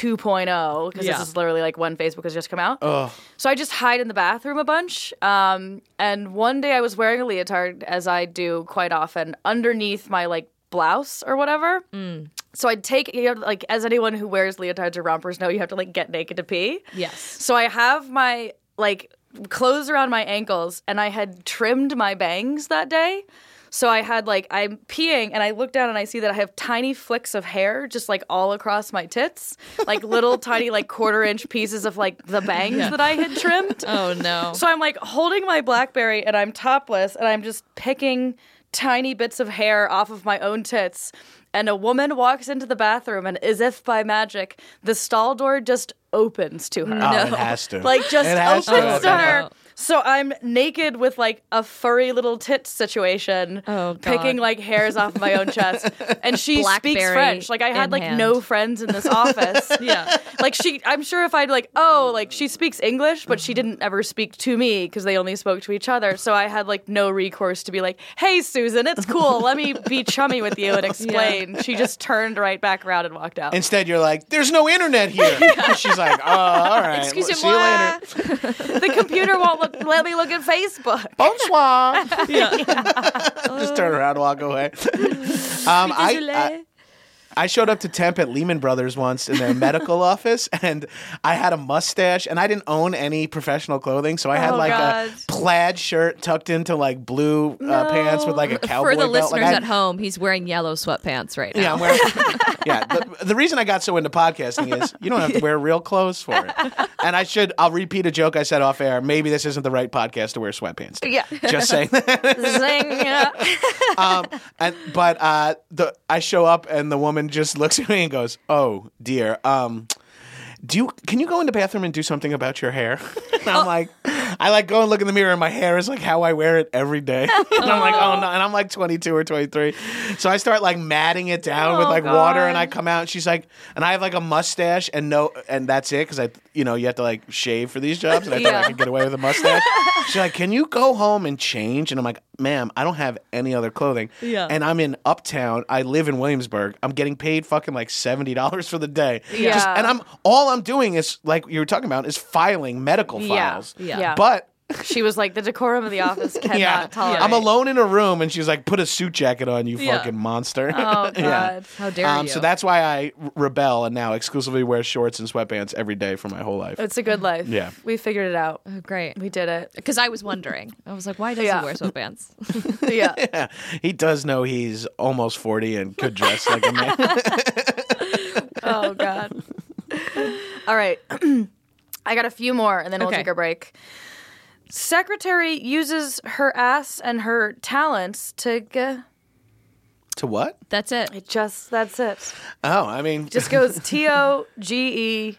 [SPEAKER 3] 2.0 because
[SPEAKER 2] Yeah.
[SPEAKER 3] this is literally like when Facebook has just come out. So I just hide in the bathroom a bunch. Um, and one day I was wearing a leotard, as I do quite often, underneath my like blouse or whatever.
[SPEAKER 2] Mm.
[SPEAKER 3] So I'd take, you know, like, as anyone who wears leotards or rompers know, you have to like get naked to pee.
[SPEAKER 2] yes.
[SPEAKER 3] So I have my like clothes around my ankles and I had trimmed my bangs that day. So I had like I'm peeing and I look down and I see that I have tiny flicks of hair just like all across my tits, like little tiny like quarter inch pieces of like the bangs that I had trimmed.
[SPEAKER 2] Oh, no.
[SPEAKER 3] So I'm like holding my Blackberry and I'm topless and I'm just picking tiny bits of hair off of my own tits. And a woman walks into the bathroom and as if by magic, the stall door just opens to her.
[SPEAKER 5] Oh, it has to.
[SPEAKER 3] Like just
[SPEAKER 5] It has to
[SPEAKER 3] opens to,
[SPEAKER 5] happen.
[SPEAKER 3] her.
[SPEAKER 2] Oh.
[SPEAKER 3] So I'm naked with like a furry little tit situation,
[SPEAKER 2] Oh, God.
[SPEAKER 3] picking like hairs off my own chest, and she speaks
[SPEAKER 2] Blackberry
[SPEAKER 3] French. Like I had
[SPEAKER 2] in
[SPEAKER 3] like
[SPEAKER 2] hand.
[SPEAKER 3] no friends in this office.
[SPEAKER 2] Yeah.
[SPEAKER 3] like she, I'm sure if I'd like, oh, like she speaks English, but she didn't ever speak to me because they only spoke to each other. So I had like no recourse to be like, hey, Susan, it's cool. Let me be chummy with you and explain. She just turned right back around and walked out.
[SPEAKER 5] Instead, you're like, "There's no internet here." And She's like, "Oh, all right.
[SPEAKER 2] Excuse
[SPEAKER 5] well,
[SPEAKER 2] me.
[SPEAKER 5] see you later."
[SPEAKER 3] the computer won't look, let me look at Facebook.
[SPEAKER 5] Bonsoir. Just turn around, and walk away. um, I, I I showed up to temp at Lehman Brothers once in their medical office, and I had a mustache, and I didn't own any professional clothing, so I had
[SPEAKER 3] Oh,
[SPEAKER 5] like
[SPEAKER 3] God.
[SPEAKER 5] a plaid shirt tucked into like blue uh, pants with like a cowboy
[SPEAKER 2] For the
[SPEAKER 5] belt.
[SPEAKER 2] listeners
[SPEAKER 5] like, I-
[SPEAKER 2] at home, he's wearing yellow sweatpants right now.
[SPEAKER 5] Yeah, I'm wearing. yeah, the, the reason I got so into podcasting is you don't have to wear real clothes for it. And I should. I'll repeat a joke I said off air. Maybe this isn't the right podcast to wear sweatpants. To.
[SPEAKER 3] Yeah.
[SPEAKER 5] just saying.
[SPEAKER 3] Zing.
[SPEAKER 5] um, and but uh, the I show up and the woman just looks at me and goes, "Oh dear." Um, do you can you go in the bathroom and do something about your hair? And
[SPEAKER 3] Oh.
[SPEAKER 5] I'm like, I like go and look in the mirror and my hair is like how I wear it every day. and I'm like, oh no, and I'm like 22 or 23, so I start like matting it down with
[SPEAKER 3] Oh,
[SPEAKER 5] like water, and
[SPEAKER 3] God.
[SPEAKER 5] I come out and she's like, and I have like a mustache and no, and that's it because I you know you have to like shave for these jobs, and I thought I
[SPEAKER 3] Yeah.
[SPEAKER 5] could get away with a mustache. she's like, can you go home and change? And I'm like, ma'am, I don't have any other clothing.
[SPEAKER 2] Yeah.
[SPEAKER 5] And I'm in Uptown. I live in Williamsburg. I'm getting paid fucking like seventy dollars for the day.
[SPEAKER 3] Yeah.
[SPEAKER 5] Just- and I'm all I'm doing is like you were talking about is filing medical
[SPEAKER 3] Yeah.
[SPEAKER 5] files.
[SPEAKER 3] Yeah.
[SPEAKER 5] But
[SPEAKER 3] She was like, the decorum of the office cannot
[SPEAKER 5] yeah,
[SPEAKER 3] tolerate.
[SPEAKER 5] I'm alone in a room, and she's like, "Put a suit jacket on, you
[SPEAKER 2] Yeah.
[SPEAKER 5] fucking monster."
[SPEAKER 3] Oh God.
[SPEAKER 2] How dare
[SPEAKER 5] Um,
[SPEAKER 2] you?
[SPEAKER 5] so that's why I re- rebel and now exclusively wear shorts and sweatpants every day for my whole life.
[SPEAKER 3] It's a good life.
[SPEAKER 5] Yeah.
[SPEAKER 3] We figured it out.
[SPEAKER 2] Oh, great.
[SPEAKER 3] We did it.
[SPEAKER 2] Because I was wondering. I was like, why does
[SPEAKER 3] Yeah.
[SPEAKER 2] he wear sweatpants?
[SPEAKER 3] Yeah.
[SPEAKER 5] Yeah, he does know he's almost 40 and could dress like a man.
[SPEAKER 3] oh God. All right. I got a few more and then we'll
[SPEAKER 2] Okay.
[SPEAKER 3] take a break. Secretary uses her ass and her talents to g-
[SPEAKER 5] to what?
[SPEAKER 2] That's it.
[SPEAKER 3] it just that's it.
[SPEAKER 5] Oh, I mean,
[SPEAKER 3] Just goes T O G E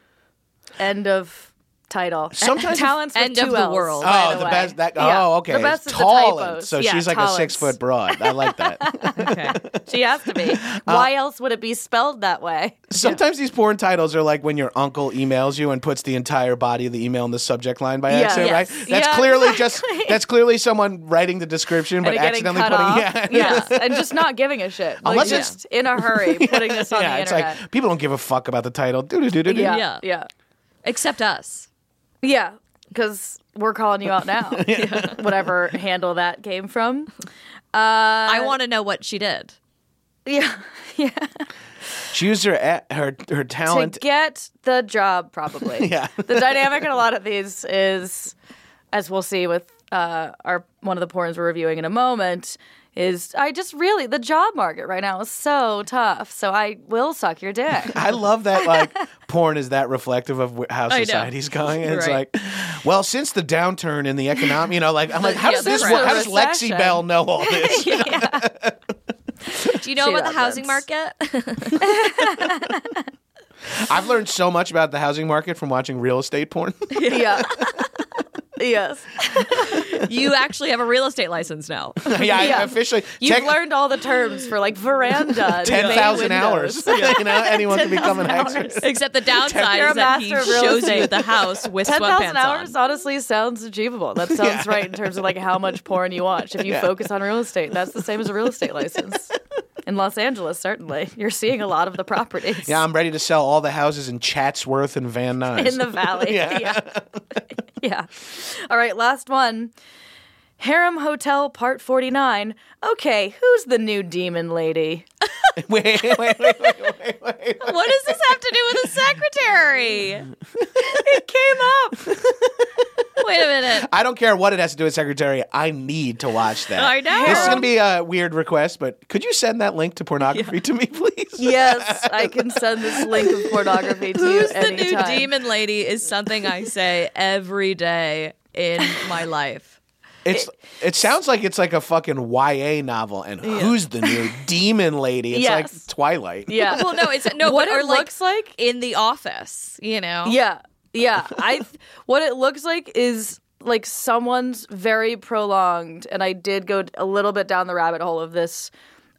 [SPEAKER 3] end of title.
[SPEAKER 5] Sometimes-
[SPEAKER 3] talents with
[SPEAKER 2] End of
[SPEAKER 3] two
[SPEAKER 2] the
[SPEAKER 3] Ls,
[SPEAKER 2] world.
[SPEAKER 3] by
[SPEAKER 5] oh, the
[SPEAKER 3] way.
[SPEAKER 5] best. That,
[SPEAKER 3] Yeah.
[SPEAKER 5] Oh, okay.
[SPEAKER 3] The best is the
[SPEAKER 5] Tallinn.
[SPEAKER 3] typos.
[SPEAKER 5] So
[SPEAKER 3] Yeah,
[SPEAKER 5] she's like a
[SPEAKER 3] Tallinn.
[SPEAKER 5] six foot broad. I like that.
[SPEAKER 3] She has to be. Why else would it be spelled that way?
[SPEAKER 5] Uh, Sometimes these porn titles are like when your uncle emails you and puts the entire body of the email in the subject line by accident,
[SPEAKER 3] Yes.
[SPEAKER 5] right? That's
[SPEAKER 3] Yeah,
[SPEAKER 5] clearly just that's clearly someone writing the description but
[SPEAKER 3] And getting
[SPEAKER 5] accidentally
[SPEAKER 3] cut
[SPEAKER 5] putting
[SPEAKER 3] off.
[SPEAKER 5] yeah.
[SPEAKER 3] Yes, and just not giving a shit. Like,
[SPEAKER 5] Unless it's-
[SPEAKER 3] just in a hurry, putting this on
[SPEAKER 5] Yeah,
[SPEAKER 3] the
[SPEAKER 5] it's
[SPEAKER 3] internet.
[SPEAKER 5] like people don't give a fuck about the title. Doo-doo-doo-doo-doo.
[SPEAKER 3] yeah,
[SPEAKER 2] Yeah.
[SPEAKER 3] yeah, yeah,
[SPEAKER 2] Except us.
[SPEAKER 3] Because we're calling you out now. Whatever handle that came from.
[SPEAKER 5] Uh,
[SPEAKER 2] I want to know what she did.
[SPEAKER 3] Yeah,
[SPEAKER 5] She used her a- her her
[SPEAKER 3] to
[SPEAKER 5] talent.
[SPEAKER 3] get the job, probably.
[SPEAKER 5] Yeah.
[SPEAKER 3] The dynamic in a lot of these is, as we'll see with uh, our one of the porns we're reviewing in a moment. Is I just really the job market right now is so tough. So I will suck your dick.
[SPEAKER 5] I love that like porn is that reflective of wh- how
[SPEAKER 2] know.
[SPEAKER 5] society's going. And It's
[SPEAKER 2] Right.
[SPEAKER 5] like, well, since the downturn in the economy, you know, like I'm like, how
[SPEAKER 2] Yeah,
[SPEAKER 5] does this
[SPEAKER 2] there's
[SPEAKER 5] work?
[SPEAKER 2] a
[SPEAKER 5] How does Lexi
[SPEAKER 3] recession.
[SPEAKER 5] Bell know all this?
[SPEAKER 2] Do you know
[SPEAKER 3] She
[SPEAKER 2] about the housing
[SPEAKER 3] referenced.
[SPEAKER 2] market?
[SPEAKER 5] I've learned so much about the housing market from watching real estate porn.
[SPEAKER 3] yeah. yes.
[SPEAKER 2] you actually have a real estate license now.
[SPEAKER 5] yeah, I
[SPEAKER 3] Yeah.
[SPEAKER 5] officially
[SPEAKER 3] You've
[SPEAKER 5] tech-
[SPEAKER 3] learned all the terms for like veranda, and
[SPEAKER 5] ten thousand
[SPEAKER 3] bay
[SPEAKER 5] hours.
[SPEAKER 3] windows.
[SPEAKER 5] you know, anyone can become an hacker.
[SPEAKER 2] Except the downside
[SPEAKER 3] You're a
[SPEAKER 2] is that he
[SPEAKER 3] master of real
[SPEAKER 2] shows you
[SPEAKER 3] estate.
[SPEAKER 2] the house with
[SPEAKER 3] Ten thousand
[SPEAKER 2] sweatpants
[SPEAKER 3] hours
[SPEAKER 2] on.
[SPEAKER 3] honestly sounds achievable. That sounds right in terms of like how much porn you watch. If you focus on real estate, that's the same as a real estate license. In Los Angeles, certainly, you're seeing a lot of the properties
[SPEAKER 5] Yeah, I'm ready to sell all the houses in Chatsworth and Van Nuys.
[SPEAKER 3] in the valley. Yeah. yeah. All right, last one. Harem Hotel Part 49. Okay, who's the new demon lady?
[SPEAKER 5] wait, wait, wait, wait, wait, wait.
[SPEAKER 2] What does this have to do with the secretary? it came up. Wait a minute.
[SPEAKER 5] I don't care what it has to do with Secretary. I need to watch that.
[SPEAKER 2] I know.
[SPEAKER 5] This is going to be a weird request, but could you send that link to pornography to me, please?
[SPEAKER 3] Yes, I can send this link of pornography to you
[SPEAKER 2] Who's the
[SPEAKER 3] anytime.
[SPEAKER 2] new demon lady is something I say every day in my life.
[SPEAKER 5] It's it sounds like it's like a fucking YA novel, and who's the new demon lady? It's
[SPEAKER 3] Yes.
[SPEAKER 5] like Twilight.
[SPEAKER 3] Yeah.
[SPEAKER 2] Well, no, it's no,
[SPEAKER 3] what
[SPEAKER 2] but or
[SPEAKER 3] it
[SPEAKER 2] like
[SPEAKER 3] looks like?
[SPEAKER 2] in the office, you know.
[SPEAKER 3] Yeah. Yeah. I th- what it looks like is like someone's very prolonged and I did go a little bit down the rabbit hole of this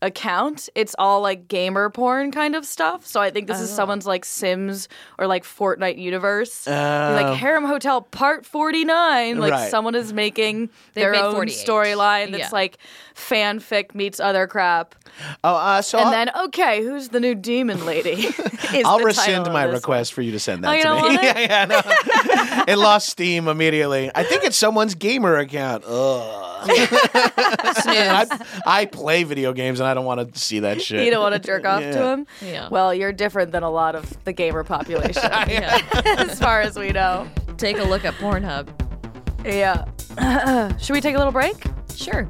[SPEAKER 3] account. It's all like gamer porn kind of stuff. So I think this is
[SPEAKER 5] Oh.
[SPEAKER 3] someone's like Sims or like Fortnite universe. like Harem Hotel Part 49. Like
[SPEAKER 5] Oh. Right.
[SPEAKER 3] someone is making their
[SPEAKER 2] made
[SPEAKER 3] own
[SPEAKER 2] 48.
[SPEAKER 3] storyline that's
[SPEAKER 2] Yeah.
[SPEAKER 3] like fanfic meets other crap.
[SPEAKER 5] Oh, uh, so
[SPEAKER 3] And
[SPEAKER 5] I'll,
[SPEAKER 3] then okay, who's the new demon lady? is
[SPEAKER 5] I'll
[SPEAKER 3] the title
[SPEAKER 5] rescind
[SPEAKER 3] of
[SPEAKER 5] my
[SPEAKER 3] this one.
[SPEAKER 5] request for you to send that
[SPEAKER 3] Oh, you
[SPEAKER 5] to
[SPEAKER 3] don't
[SPEAKER 5] me.
[SPEAKER 3] want it?
[SPEAKER 5] yeah, yeah, no. it lost steam immediately. I think it's someone's gamer account. Ugh. I, I play video games, and I don't want to see that shit.
[SPEAKER 3] you don't want to jerk off to
[SPEAKER 5] Yeah.
[SPEAKER 3] him.
[SPEAKER 2] Yeah.
[SPEAKER 3] Well, you're different than a lot of the gamer population,
[SPEAKER 2] Yeah.
[SPEAKER 3] as far as we know.
[SPEAKER 2] Take a look at Pornhub.
[SPEAKER 3] Yeah. Should we take a little break?
[SPEAKER 2] Sure.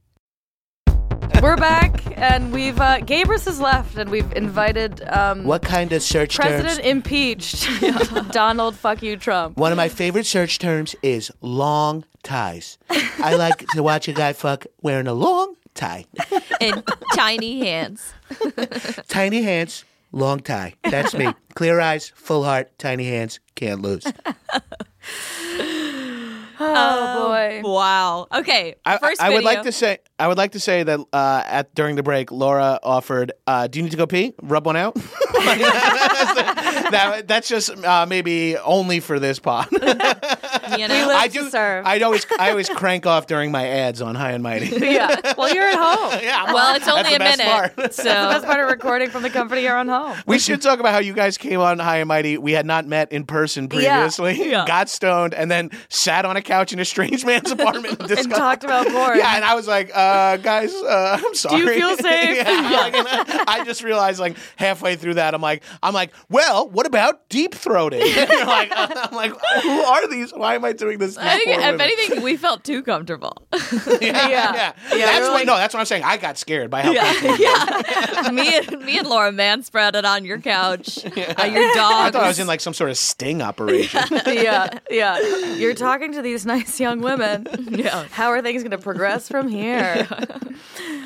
[SPEAKER 3] We're back, and we've uh, Gabrus has left, and we've invited um,
[SPEAKER 5] What kind of search
[SPEAKER 3] President
[SPEAKER 5] terms?
[SPEAKER 3] impeached Donald fuck you Trump.
[SPEAKER 5] One of my favorite search terms is long ties. I like to watch a guy fuck wearing a long tie.
[SPEAKER 2] in tiny hands.
[SPEAKER 5] Tiny hands, long tie. That's me. Clear eyes, full heart, tiny hands, can't lose.
[SPEAKER 3] Oh boy.
[SPEAKER 2] Wow. Okay.
[SPEAKER 5] I,
[SPEAKER 2] first,
[SPEAKER 5] I would
[SPEAKER 2] video.
[SPEAKER 5] like to say I would like to say that uh, at during the break, Laura offered, uh, "Do you need to go pee? Rub one out." that, that's just uh, maybe only for this pod.
[SPEAKER 2] You
[SPEAKER 3] We
[SPEAKER 2] know?
[SPEAKER 3] live
[SPEAKER 5] I
[SPEAKER 3] to
[SPEAKER 5] do.
[SPEAKER 3] serve.
[SPEAKER 5] I always I always crank off during my ads on High and Mighty.
[SPEAKER 3] yeah. Well, you're at home.
[SPEAKER 5] yeah, I'm
[SPEAKER 2] well,
[SPEAKER 5] on.
[SPEAKER 2] it's only
[SPEAKER 5] That's
[SPEAKER 2] a
[SPEAKER 5] the best
[SPEAKER 2] minute,
[SPEAKER 5] part.
[SPEAKER 3] That's
[SPEAKER 2] so
[SPEAKER 3] part of recording from the company you're on home.
[SPEAKER 5] We should talk about how you guys came on High and Mighty. We had not met in person previously. Got stoned and then sat on a couch in a strange man's apartment and, discussed-
[SPEAKER 3] And talked about more.
[SPEAKER 5] Yeah, and I was like, uh, guys, uh, I'm sorry.
[SPEAKER 3] feel safe?
[SPEAKER 5] Yeah, I'm like, and I- I just realized, like halfway through that, I'm like, I'm like, well, what about deep throating? You're like, uh, I'm like, who are these? Why am I doing this? to
[SPEAKER 2] I think
[SPEAKER 5] these poor
[SPEAKER 2] if
[SPEAKER 5] women?
[SPEAKER 2] anything, we felt too comfortable.
[SPEAKER 5] yeah, yeah, that's what, no, that's what I'm saying. I got scared by how. comfortable-
[SPEAKER 2] me and me and Laura manspread it on your couch, on your dog.
[SPEAKER 5] I thought I was in like some sort of sting operation.
[SPEAKER 3] yeah, yeah. You're talking to these nice young women.
[SPEAKER 2] Yeah.
[SPEAKER 3] How are things going to progress from here?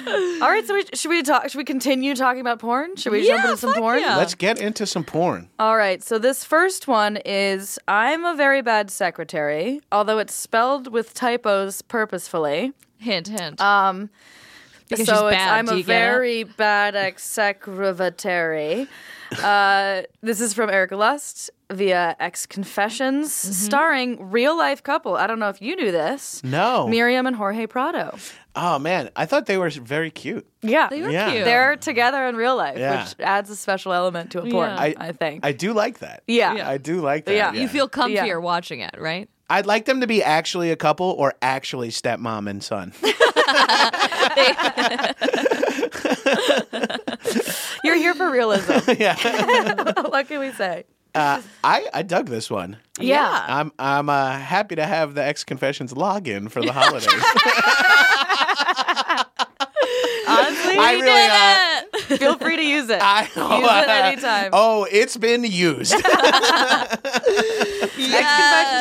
[SPEAKER 3] All right, so we, should we talk? Should we continue talking about porn? Should we jump
[SPEAKER 2] Yeah,
[SPEAKER 3] into some
[SPEAKER 2] fuck
[SPEAKER 3] porn?
[SPEAKER 2] yeah.
[SPEAKER 5] Let's get into some porn.
[SPEAKER 3] All right, so this first one is I'm a very bad secretary, although it's spelled with typos purposefully.
[SPEAKER 2] hint, hint.
[SPEAKER 5] Um,
[SPEAKER 2] Because
[SPEAKER 3] Because so
[SPEAKER 2] she's
[SPEAKER 3] it's,
[SPEAKER 2] bad.
[SPEAKER 3] I'm
[SPEAKER 2] Do
[SPEAKER 3] a
[SPEAKER 2] you get it?
[SPEAKER 3] very bad ex secretary. Uh, this is from Eric Lust via Ex Confessions,
[SPEAKER 2] Mm-hmm.
[SPEAKER 3] starring real life couple. I don't know if you knew this.
[SPEAKER 5] No.
[SPEAKER 3] Miriam and Jorge Prado.
[SPEAKER 5] Oh man, I thought they were very cute.
[SPEAKER 3] Yeah.
[SPEAKER 2] they were
[SPEAKER 5] yeah.
[SPEAKER 2] cute.
[SPEAKER 3] They're together in real life,
[SPEAKER 5] Yeah.
[SPEAKER 3] which adds a special element to a porn,
[SPEAKER 2] Yeah.
[SPEAKER 3] I,
[SPEAKER 5] I-
[SPEAKER 3] think.
[SPEAKER 5] I do like that.
[SPEAKER 3] Yeah. Yeah.
[SPEAKER 5] I do like that.
[SPEAKER 3] Yeah.
[SPEAKER 2] you feel comfier
[SPEAKER 3] Yeah.
[SPEAKER 2] watching it, right?
[SPEAKER 5] I'd like them to be actually a couple or actually stepmom and son.
[SPEAKER 3] You're here for realism.
[SPEAKER 5] yeah.
[SPEAKER 3] what can we say?
[SPEAKER 5] Uh, I, I dug this one.
[SPEAKER 3] Yeah.
[SPEAKER 5] I'm I'm uh, happy to have the X Confessions login for the holidays.
[SPEAKER 3] Honestly,
[SPEAKER 5] I really uh,
[SPEAKER 3] feel free to use it.
[SPEAKER 5] I
[SPEAKER 3] Use it anytime.
[SPEAKER 5] Oh, it's been used.
[SPEAKER 3] Ex Confessions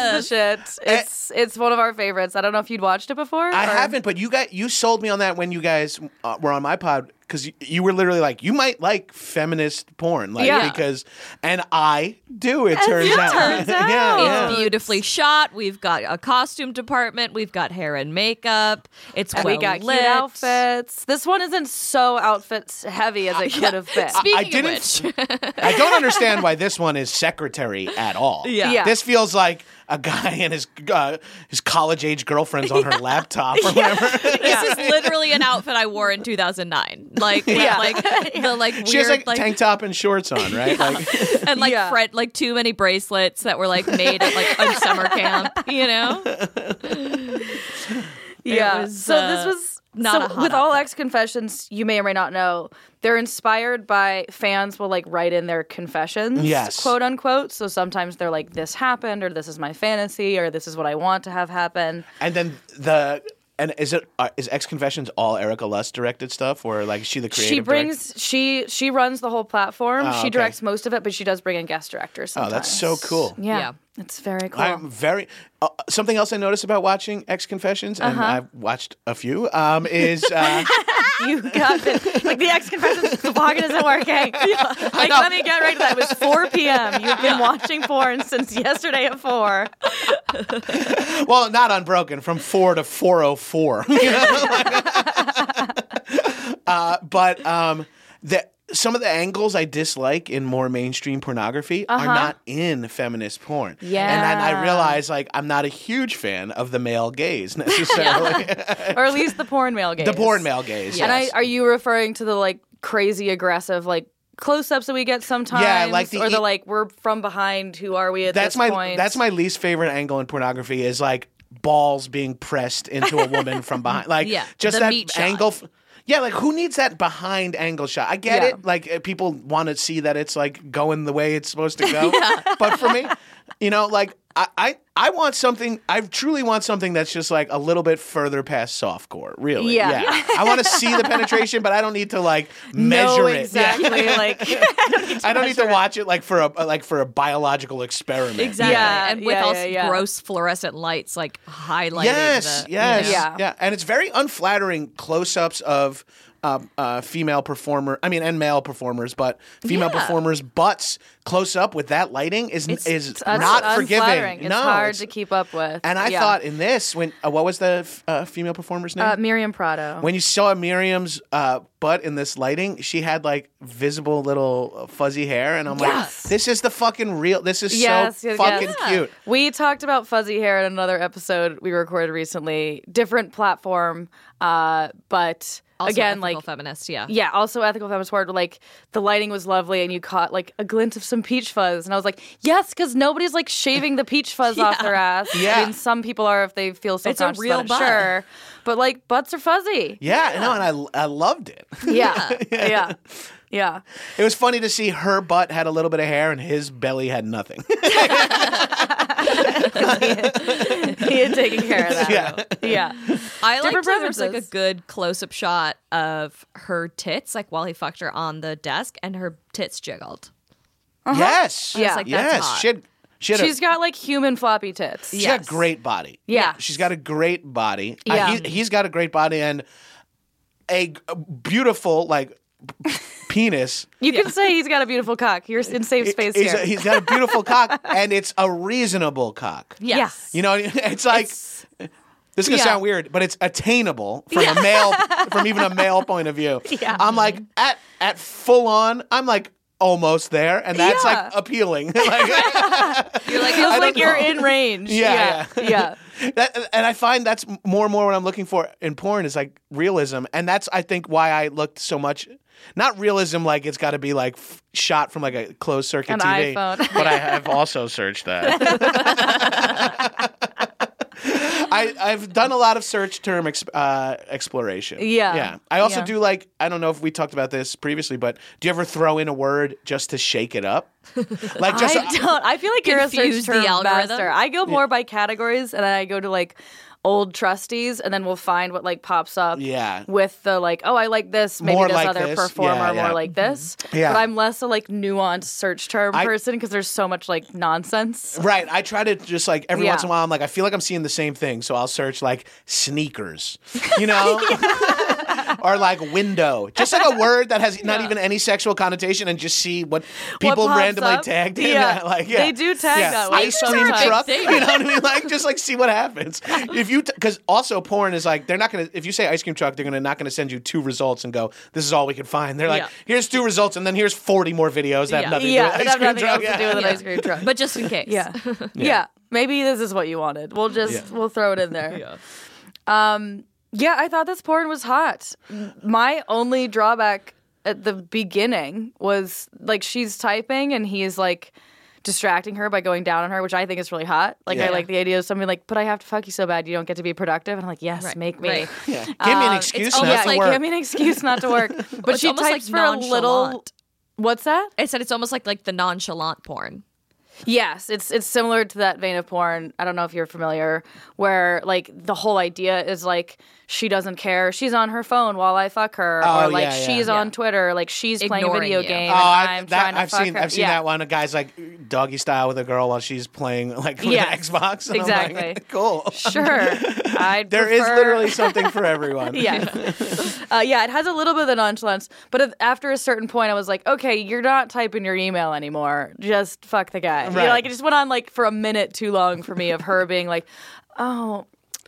[SPEAKER 3] is the shit. It's, it's one of our favorites. I don't know if you'd watched it before.
[SPEAKER 5] I
[SPEAKER 3] or-
[SPEAKER 5] haven't, but you got you sold me on that when you guys uh, were on my pod because you, you were literally like, you might like feminist porn, like
[SPEAKER 3] Yeah.
[SPEAKER 5] because, and I do. It turns out,
[SPEAKER 3] turns out.
[SPEAKER 5] yeah, yeah.
[SPEAKER 2] It's beautifully shot. We've got a costume department. We've got hair and makeup. It's
[SPEAKER 3] And
[SPEAKER 2] well
[SPEAKER 3] we got
[SPEAKER 2] lit.
[SPEAKER 3] cute outfits. This one isn't so outfits heavy as it could have been.
[SPEAKER 2] Speaking
[SPEAKER 5] I
[SPEAKER 2] of
[SPEAKER 5] didn't-
[SPEAKER 2] which,
[SPEAKER 5] I don't understand why this one is secretary at all.
[SPEAKER 2] Yeah.
[SPEAKER 3] Yeah.
[SPEAKER 5] This feels like a guy and his uh, his college age girlfriend's on her laptop or whatever.
[SPEAKER 2] This is literally an outfit I wore in 2009. Like,
[SPEAKER 3] Yeah.
[SPEAKER 2] like the like weird
[SPEAKER 5] She has like,
[SPEAKER 2] like
[SPEAKER 5] tank top and shorts on, right? Like
[SPEAKER 2] and like
[SPEAKER 3] Yeah.
[SPEAKER 2] fret like too many bracelets that were like made at like a summer camp, you know?
[SPEAKER 3] Yeah.
[SPEAKER 2] was,
[SPEAKER 3] so
[SPEAKER 2] uh,
[SPEAKER 3] this was
[SPEAKER 2] not
[SPEAKER 3] so
[SPEAKER 2] a hot
[SPEAKER 3] with all ex confessions, you may or may not know, they're inspired by fans will like write in their confessions,
[SPEAKER 5] Yes.
[SPEAKER 3] quote unquote. So sometimes they're like, "This happened," or "This is my fantasy," or "This is what I want to have happen."
[SPEAKER 5] and then the and is it uh, is X Confessions all Erica Lust directed stuff or like is she the creative Ah,
[SPEAKER 3] she brings she she runs the whole platform. she
[SPEAKER 5] okay.
[SPEAKER 3] directs most of it, but she does bring in guest directors.
[SPEAKER 5] director? Oh,
[SPEAKER 3] Sometimes.
[SPEAKER 5] that's so cool.
[SPEAKER 3] Yeah,
[SPEAKER 2] Yeah.
[SPEAKER 3] it's very cool.
[SPEAKER 5] I'm very. Uh, something else I noticed about watching X Confessions, and
[SPEAKER 2] Uh-huh.
[SPEAKER 5] I've watched a few, um, is uh,
[SPEAKER 3] you got it. Like the ex confessions, the pocket isn't working. Like, let me get right to that. It was 4 p.m. You've been watching porn since yesterday at 4.
[SPEAKER 5] well, not unbroken from four to four oh four. But um, the some of the angles I dislike in more mainstream pornography are not in feminist porn.
[SPEAKER 3] Uh-huh. Yeah.
[SPEAKER 5] and then I realize like I'm not a huge fan of the male gaze necessarily,
[SPEAKER 3] Or at least the porn male gaze.
[SPEAKER 5] the porn male gaze.
[SPEAKER 3] And I,
[SPEAKER 5] yes.
[SPEAKER 3] are you referring to the like crazy aggressive, like close ups that we get sometimes?
[SPEAKER 5] like the
[SPEAKER 3] or the
[SPEAKER 5] e-
[SPEAKER 3] like, we're from behind, who are we at
[SPEAKER 5] that's
[SPEAKER 3] this
[SPEAKER 5] my
[SPEAKER 3] point?
[SPEAKER 5] that's my least favorite angle in pornography is like balls being pressed into a woman from behind like
[SPEAKER 2] Yeah,
[SPEAKER 5] just
[SPEAKER 2] the
[SPEAKER 5] that
[SPEAKER 2] meat shot.
[SPEAKER 5] angle f- yeah like who needs that behind angle shot i get
[SPEAKER 3] Yeah.
[SPEAKER 5] it like uh, people want to see that it's like going the way it's supposed to go but for me you know like I, I i want something i truly want something that's just like a little bit further past softcore really
[SPEAKER 3] Yeah.
[SPEAKER 5] i want to see the penetration but i don't need to like measure
[SPEAKER 3] no,
[SPEAKER 5] it Yeah.
[SPEAKER 3] exactly. Like,
[SPEAKER 5] i don't need to watch it like for a like for a biological experiment
[SPEAKER 2] Exactly.
[SPEAKER 3] Yeah,
[SPEAKER 2] and with
[SPEAKER 3] yeah,
[SPEAKER 2] all
[SPEAKER 3] yeah, yeah.
[SPEAKER 2] gross fluorescent lights like highlighting
[SPEAKER 5] Yes,
[SPEAKER 2] the,
[SPEAKER 5] yes,
[SPEAKER 3] know?
[SPEAKER 5] yeah,
[SPEAKER 3] Yeah.
[SPEAKER 5] yeah, and it's very unflattering close-ups of um, uh, female performer. I mean, and male performers, but female
[SPEAKER 2] Yeah.
[SPEAKER 5] performers' butts close up with that lighting is is
[SPEAKER 3] that's
[SPEAKER 5] not
[SPEAKER 3] unflattering.
[SPEAKER 5] forgiving.
[SPEAKER 3] It's
[SPEAKER 5] no,
[SPEAKER 3] hard
[SPEAKER 5] it's-
[SPEAKER 3] to keep up with.
[SPEAKER 5] And I
[SPEAKER 3] Yeah.
[SPEAKER 5] thought in this when uh, what was the f- uh, female performer's name?
[SPEAKER 3] Uh, Miriam Prado.
[SPEAKER 5] when you saw Miriam's uh, butt in this lighting, she had like visible little uh, fuzzy hair, and I'm like, "This is the fucking real. This is
[SPEAKER 3] Yes,
[SPEAKER 5] so
[SPEAKER 3] yes,
[SPEAKER 5] fucking
[SPEAKER 3] yes.
[SPEAKER 5] cute."
[SPEAKER 3] We talked about fuzzy hair in another episode we recorded recently. Different platform, uh, but
[SPEAKER 2] Also
[SPEAKER 3] again,
[SPEAKER 2] ethical
[SPEAKER 3] like
[SPEAKER 2] feminist, yeah.
[SPEAKER 3] yeah, also ethical feminist word. Like the lighting was lovely, and you caught like a glint of some peach fuzz, and I was like, yes, because nobody's like shaving the peach fuzz off their ass.
[SPEAKER 5] Yeah.
[SPEAKER 3] I mean, some people are if they feel so
[SPEAKER 2] It's a real
[SPEAKER 3] about
[SPEAKER 2] butt.
[SPEAKER 3] it, sure, but like butts are fuzzy.
[SPEAKER 5] Yeah, no, and I I loved it.
[SPEAKER 3] Yeah, yeah, yeah.
[SPEAKER 5] It was funny to see her butt had a little bit of hair and his belly had nothing.
[SPEAKER 3] He had taken care of that.
[SPEAKER 5] Yeah.
[SPEAKER 3] yeah.
[SPEAKER 2] I like
[SPEAKER 3] Different
[SPEAKER 2] there was like a
[SPEAKER 3] preferences.
[SPEAKER 2] good close up shot of her tits, like while he fucked her on the desk, and her tits jiggled.
[SPEAKER 3] Uh-huh.
[SPEAKER 5] Yes.
[SPEAKER 3] Yeah.
[SPEAKER 2] like, that's
[SPEAKER 5] yes.
[SPEAKER 2] hot.
[SPEAKER 5] She had, she had,
[SPEAKER 3] She's
[SPEAKER 5] a,
[SPEAKER 3] got like human floppy tits.
[SPEAKER 5] she had a great body.
[SPEAKER 3] Yeah.
[SPEAKER 5] She's got a great body. Uh,
[SPEAKER 3] Yeah.
[SPEAKER 5] he, has got a great body and a g- beautiful, like, p- penis.
[SPEAKER 3] You can say he's got a beautiful cock. You're in safe space
[SPEAKER 5] He's-
[SPEAKER 3] here.
[SPEAKER 5] he's got a beautiful cock and it's a reasonable cock.
[SPEAKER 2] Yes.
[SPEAKER 5] You know, it's like. this is gonna
[SPEAKER 3] Yeah.
[SPEAKER 5] sound weird, but it's attainable from a male, from even a male point of view. Yeah. I'm like at at full on. I'm like almost there, and that's
[SPEAKER 3] Yeah.
[SPEAKER 5] like appealing. like,
[SPEAKER 2] You're like,
[SPEAKER 3] Feels
[SPEAKER 2] oh,
[SPEAKER 3] like
[SPEAKER 2] no.
[SPEAKER 3] you're in range.
[SPEAKER 5] Yeah,
[SPEAKER 3] yeah, yeah.
[SPEAKER 5] That, and I find that's more and more what I'm looking for in porn is like realism, and that's I think why I looked so much. Not realism, like it's got to be like f- shot from like a closed circuit
[SPEAKER 3] An
[SPEAKER 5] TV.
[SPEAKER 3] iPhone.
[SPEAKER 5] But I have also searched that. I, I've done a lot of search term exp- uh, exploration.
[SPEAKER 3] Yeah.
[SPEAKER 5] yeah. I also
[SPEAKER 3] Yeah.
[SPEAKER 5] do like I don't know if we talked about this previously, but do you ever throw in a word just to shake it up? Like just
[SPEAKER 3] I don't. I feel like you're a search
[SPEAKER 2] Confuse
[SPEAKER 3] term
[SPEAKER 2] the algorithm.
[SPEAKER 3] master. I go more by categories, and I go to like old trusties, and then we'll find what like pops up.
[SPEAKER 5] yeah.
[SPEAKER 3] With the like, oh, I like this. Maybe
[SPEAKER 5] More
[SPEAKER 3] this
[SPEAKER 5] like
[SPEAKER 3] other
[SPEAKER 5] this.
[SPEAKER 3] performer
[SPEAKER 5] Yeah, yeah. Mm-hmm.
[SPEAKER 3] more like this.
[SPEAKER 5] Yeah.
[SPEAKER 3] But I'm less a like nuanced search term
[SPEAKER 5] I-
[SPEAKER 3] person because there's so much like nonsense.
[SPEAKER 5] Right. I try to just like every
[SPEAKER 3] Yeah.
[SPEAKER 5] once in a while, I'm like, I feel like I'm seeing the same thing. So I'll search like sneakers, you know? or like window. Just like a word that has not even any sexual connotation and just see what
[SPEAKER 3] What
[SPEAKER 5] people
[SPEAKER 3] pops
[SPEAKER 5] randomly
[SPEAKER 3] up?
[SPEAKER 5] tagged in.
[SPEAKER 3] Yeah.
[SPEAKER 5] Like, yeah.
[SPEAKER 3] They do tag
[SPEAKER 5] Yeah.
[SPEAKER 3] that way
[SPEAKER 5] Ice cream
[SPEAKER 3] sometimes.
[SPEAKER 5] truck.
[SPEAKER 2] Big
[SPEAKER 5] You
[SPEAKER 2] thing.
[SPEAKER 5] know what I mean? Like, just like see what happens. If you, because also porn is like, they're not going to, if you say ice cream truck, they're gonna not going to send you two results and go, this is all we can find. They're like,
[SPEAKER 2] Yeah.
[SPEAKER 5] here's two results and then here's 40 more videos that have
[SPEAKER 2] Yeah.
[SPEAKER 5] nothing
[SPEAKER 3] Yeah,
[SPEAKER 5] to do
[SPEAKER 3] that
[SPEAKER 5] with ice
[SPEAKER 3] have
[SPEAKER 5] cream
[SPEAKER 3] nothing
[SPEAKER 5] truck.
[SPEAKER 3] else to do with an
[SPEAKER 2] Yeah.
[SPEAKER 3] ice cream truck.
[SPEAKER 2] But just in case.
[SPEAKER 3] Yeah. yeah. maybe this is what you wanted. We'll just we'll throw it in there. yeah. Um yeah, I thought this porn was hot. My only drawback at the beginning was like she's typing and he is like distracting her by going down on her, which I think is really hot. Like I
[SPEAKER 5] Yeah.
[SPEAKER 3] like the idea of somebody like, but I have to fuck you so bad you don't get to be productive. And I'm like, yes, make me.
[SPEAKER 2] Right.
[SPEAKER 5] Yeah. Give me an
[SPEAKER 3] Um,
[SPEAKER 5] excuse
[SPEAKER 2] it's
[SPEAKER 5] not
[SPEAKER 2] almost
[SPEAKER 5] to
[SPEAKER 2] like-
[SPEAKER 5] work.
[SPEAKER 3] Give me an excuse not to work. But
[SPEAKER 2] It's
[SPEAKER 3] she
[SPEAKER 2] almost,
[SPEAKER 3] types
[SPEAKER 2] like,
[SPEAKER 3] for a little.
[SPEAKER 2] nonchalant.
[SPEAKER 3] What's that?
[SPEAKER 2] I said it's almost like like the nonchalant porn.
[SPEAKER 3] Yes, it's it's similar to that vein of porn. I don't know if you're familiar, where like the whole idea is like she doesn't care. She's on her phone while I fuck her,
[SPEAKER 5] Oh,
[SPEAKER 3] or like
[SPEAKER 5] yeah, yeah.
[SPEAKER 3] she's on Twitter, like she's playing a
[SPEAKER 2] Ignoring
[SPEAKER 3] video
[SPEAKER 2] you.
[SPEAKER 3] game.
[SPEAKER 5] Oh,
[SPEAKER 3] and
[SPEAKER 5] I,
[SPEAKER 3] I'm trying
[SPEAKER 5] that,
[SPEAKER 3] to
[SPEAKER 5] I've
[SPEAKER 3] fuck
[SPEAKER 5] seen
[SPEAKER 3] her.
[SPEAKER 5] I've seen
[SPEAKER 3] Yeah.
[SPEAKER 5] that one. A guy's like doggy style with a girl while she's playing like with
[SPEAKER 3] Yes,
[SPEAKER 5] an Xbox. And I'm like,
[SPEAKER 3] exactly.
[SPEAKER 5] cool.
[SPEAKER 3] Sure, I'd
[SPEAKER 5] There is
[SPEAKER 3] prefer-
[SPEAKER 5] literally something for everyone.
[SPEAKER 3] yeah, uh, yeah. It has a little bit of the nonchalance, but if, after a certain point, I was like, okay, you're not typing your email anymore. Just fuck the guy. You know,
[SPEAKER 5] Right.
[SPEAKER 3] like it just went on like for a minute too long for me of her being like, oh.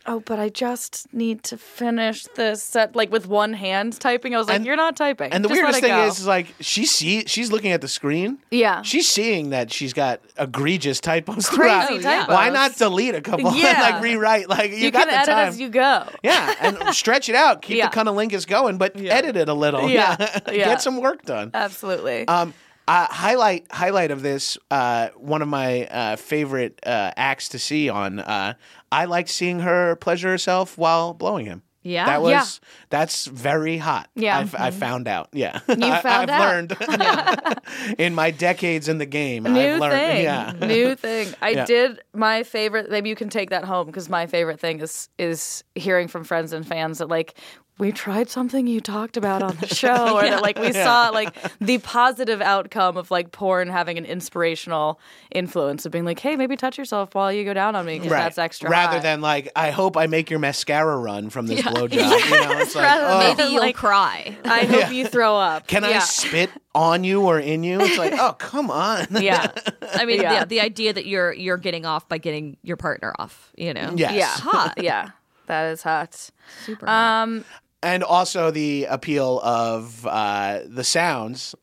[SPEAKER 3] Oh, but I just need to finish this set, like with one hand typing. I was like,
[SPEAKER 5] And-
[SPEAKER 3] "You're not typing."
[SPEAKER 5] And the
[SPEAKER 3] Just let
[SPEAKER 5] weirdest
[SPEAKER 3] it
[SPEAKER 5] thing
[SPEAKER 3] go."
[SPEAKER 5] is, is like she see she's looking at the screen.
[SPEAKER 3] Yeah.
[SPEAKER 5] She's seeing that she's got egregious typos
[SPEAKER 3] Crazy
[SPEAKER 5] throughout.
[SPEAKER 3] typos.
[SPEAKER 5] Why not delete a couple?
[SPEAKER 3] Yeah.
[SPEAKER 5] like rewrite. Like you,
[SPEAKER 3] you, can
[SPEAKER 5] got the
[SPEAKER 3] edit
[SPEAKER 5] time.
[SPEAKER 3] as you go.
[SPEAKER 5] yeah, and stretch it out. Keep
[SPEAKER 3] Yeah.
[SPEAKER 5] the cunnilingus going, but edit it a little.
[SPEAKER 3] Yeah. Yeah.
[SPEAKER 5] get some work done.
[SPEAKER 3] Absolutely.
[SPEAKER 5] Um, uh, highlight highlight of this. Uh, one of my uh, favorite uh, acts to see on. Uh, I liked seeing her pleasure herself while blowing him.
[SPEAKER 2] Yeah.
[SPEAKER 5] that was
[SPEAKER 3] Yeah.
[SPEAKER 5] that's very hot.
[SPEAKER 3] Yeah. Mm-hmm.
[SPEAKER 5] I, f- I found out. Yeah,
[SPEAKER 3] You
[SPEAKER 5] I,
[SPEAKER 3] found
[SPEAKER 5] I've
[SPEAKER 3] out.
[SPEAKER 5] learned in my decades in the game.
[SPEAKER 3] New
[SPEAKER 5] I've learned.
[SPEAKER 3] thing.
[SPEAKER 5] Yeah,
[SPEAKER 3] New thing. I
[SPEAKER 5] Yeah.
[SPEAKER 3] did my favorite. Maybe you can take that home because my favorite thing is is hearing from friends and fans that like we tried something you talked about on the show, or that like we saw like the positive outcome of like porn having an inspirational influence of being like, hey, maybe touch yourself while you go down on me because
[SPEAKER 5] Right.
[SPEAKER 3] that's extra.
[SPEAKER 5] Rather
[SPEAKER 3] hot."
[SPEAKER 5] than like, I hope I make your mascara run from this blowjob. You know, it's like,
[SPEAKER 3] Rather than
[SPEAKER 5] oh,
[SPEAKER 3] make-
[SPEAKER 2] Maybe you'll
[SPEAKER 3] like-
[SPEAKER 2] cry.
[SPEAKER 3] I hope you throw up.
[SPEAKER 5] can I
[SPEAKER 3] Yeah.
[SPEAKER 5] spit on you or in you? It's like, oh, come on.
[SPEAKER 3] yeah.
[SPEAKER 2] I mean,
[SPEAKER 3] Yeah.
[SPEAKER 2] yeah. the idea that you're you're getting off by getting your partner off, you know.
[SPEAKER 5] Yes.
[SPEAKER 3] Yeah. Hot. Yeah. That is hot.
[SPEAKER 2] Super.
[SPEAKER 3] Um.
[SPEAKER 5] and also the appeal of uh, the sounds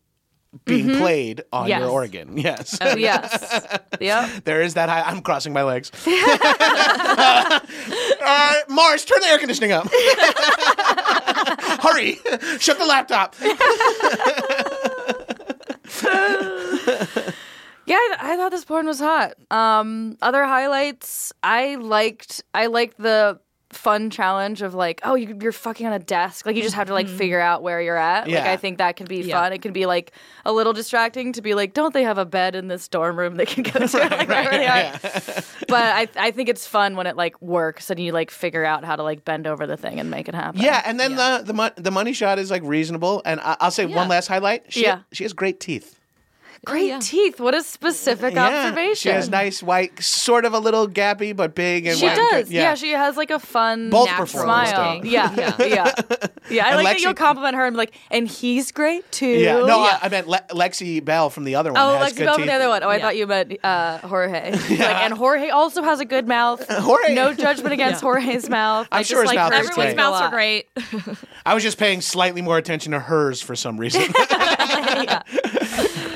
[SPEAKER 5] being played
[SPEAKER 3] Mm-hmm.
[SPEAKER 5] on
[SPEAKER 3] Yes. Oh,
[SPEAKER 5] your organ. Yes.
[SPEAKER 3] Yes. yep.
[SPEAKER 5] There is that high. I'm crossing my legs. uh, Mars, turn the air conditioning up. Hurry. Shut the laptop.
[SPEAKER 3] Yeah, I, I thought this porn was hot. Um, other highlights, I liked. I liked the fun challenge of like, oh, you, you're fucking on a desk. Like you just have to like figure out where you're at. Like
[SPEAKER 5] Mm-hmm. Yeah.
[SPEAKER 3] I think that can be fun. It can be like a little distracting to be like, don't they have a bed in this dorm room they can go to? like, right, really are. but I, I think it's fun when it like works and you like figure out how to like bend over the thing and make it happen.
[SPEAKER 5] Yeah, and then the the mon- the money shot is like reasonable. And I- I'll say one last highlight. She,
[SPEAKER 3] Yeah.
[SPEAKER 5] she has great teeth.
[SPEAKER 3] great teeth. What a specific observation.
[SPEAKER 5] She has nice white, sort of a little gappy, but big and
[SPEAKER 3] She
[SPEAKER 5] white.
[SPEAKER 3] does. Yeah. she has like a fun
[SPEAKER 5] Both
[SPEAKER 3] natural
[SPEAKER 5] performers
[SPEAKER 3] smile.
[SPEAKER 2] do.
[SPEAKER 3] Yeah, yeah, yeah. I
[SPEAKER 5] And
[SPEAKER 3] like that
[SPEAKER 5] Lexi-
[SPEAKER 3] you'll compliment her and be like, and he's great too.
[SPEAKER 5] Yeah. No, I, I meant Le- Lexi Bell from the other one.
[SPEAKER 3] Oh,
[SPEAKER 5] has
[SPEAKER 3] Lexi
[SPEAKER 5] good
[SPEAKER 3] Bell
[SPEAKER 5] teeth.
[SPEAKER 3] from the other one. Oh, I
[SPEAKER 2] Yeah.
[SPEAKER 3] thought you meant uh, Jorge. Like, and Jorge also has a good mouth.
[SPEAKER 5] Jorge.
[SPEAKER 3] No judgment against Jorge's mouth. I
[SPEAKER 5] I'm
[SPEAKER 3] just
[SPEAKER 5] sure his
[SPEAKER 3] like
[SPEAKER 5] mouth
[SPEAKER 3] her
[SPEAKER 5] is
[SPEAKER 3] teeth
[SPEAKER 5] great.
[SPEAKER 2] Everyone's
[SPEAKER 3] a
[SPEAKER 2] mouths are
[SPEAKER 3] lot.
[SPEAKER 2] great.
[SPEAKER 5] I was just paying slightly more attention to hers for some reason.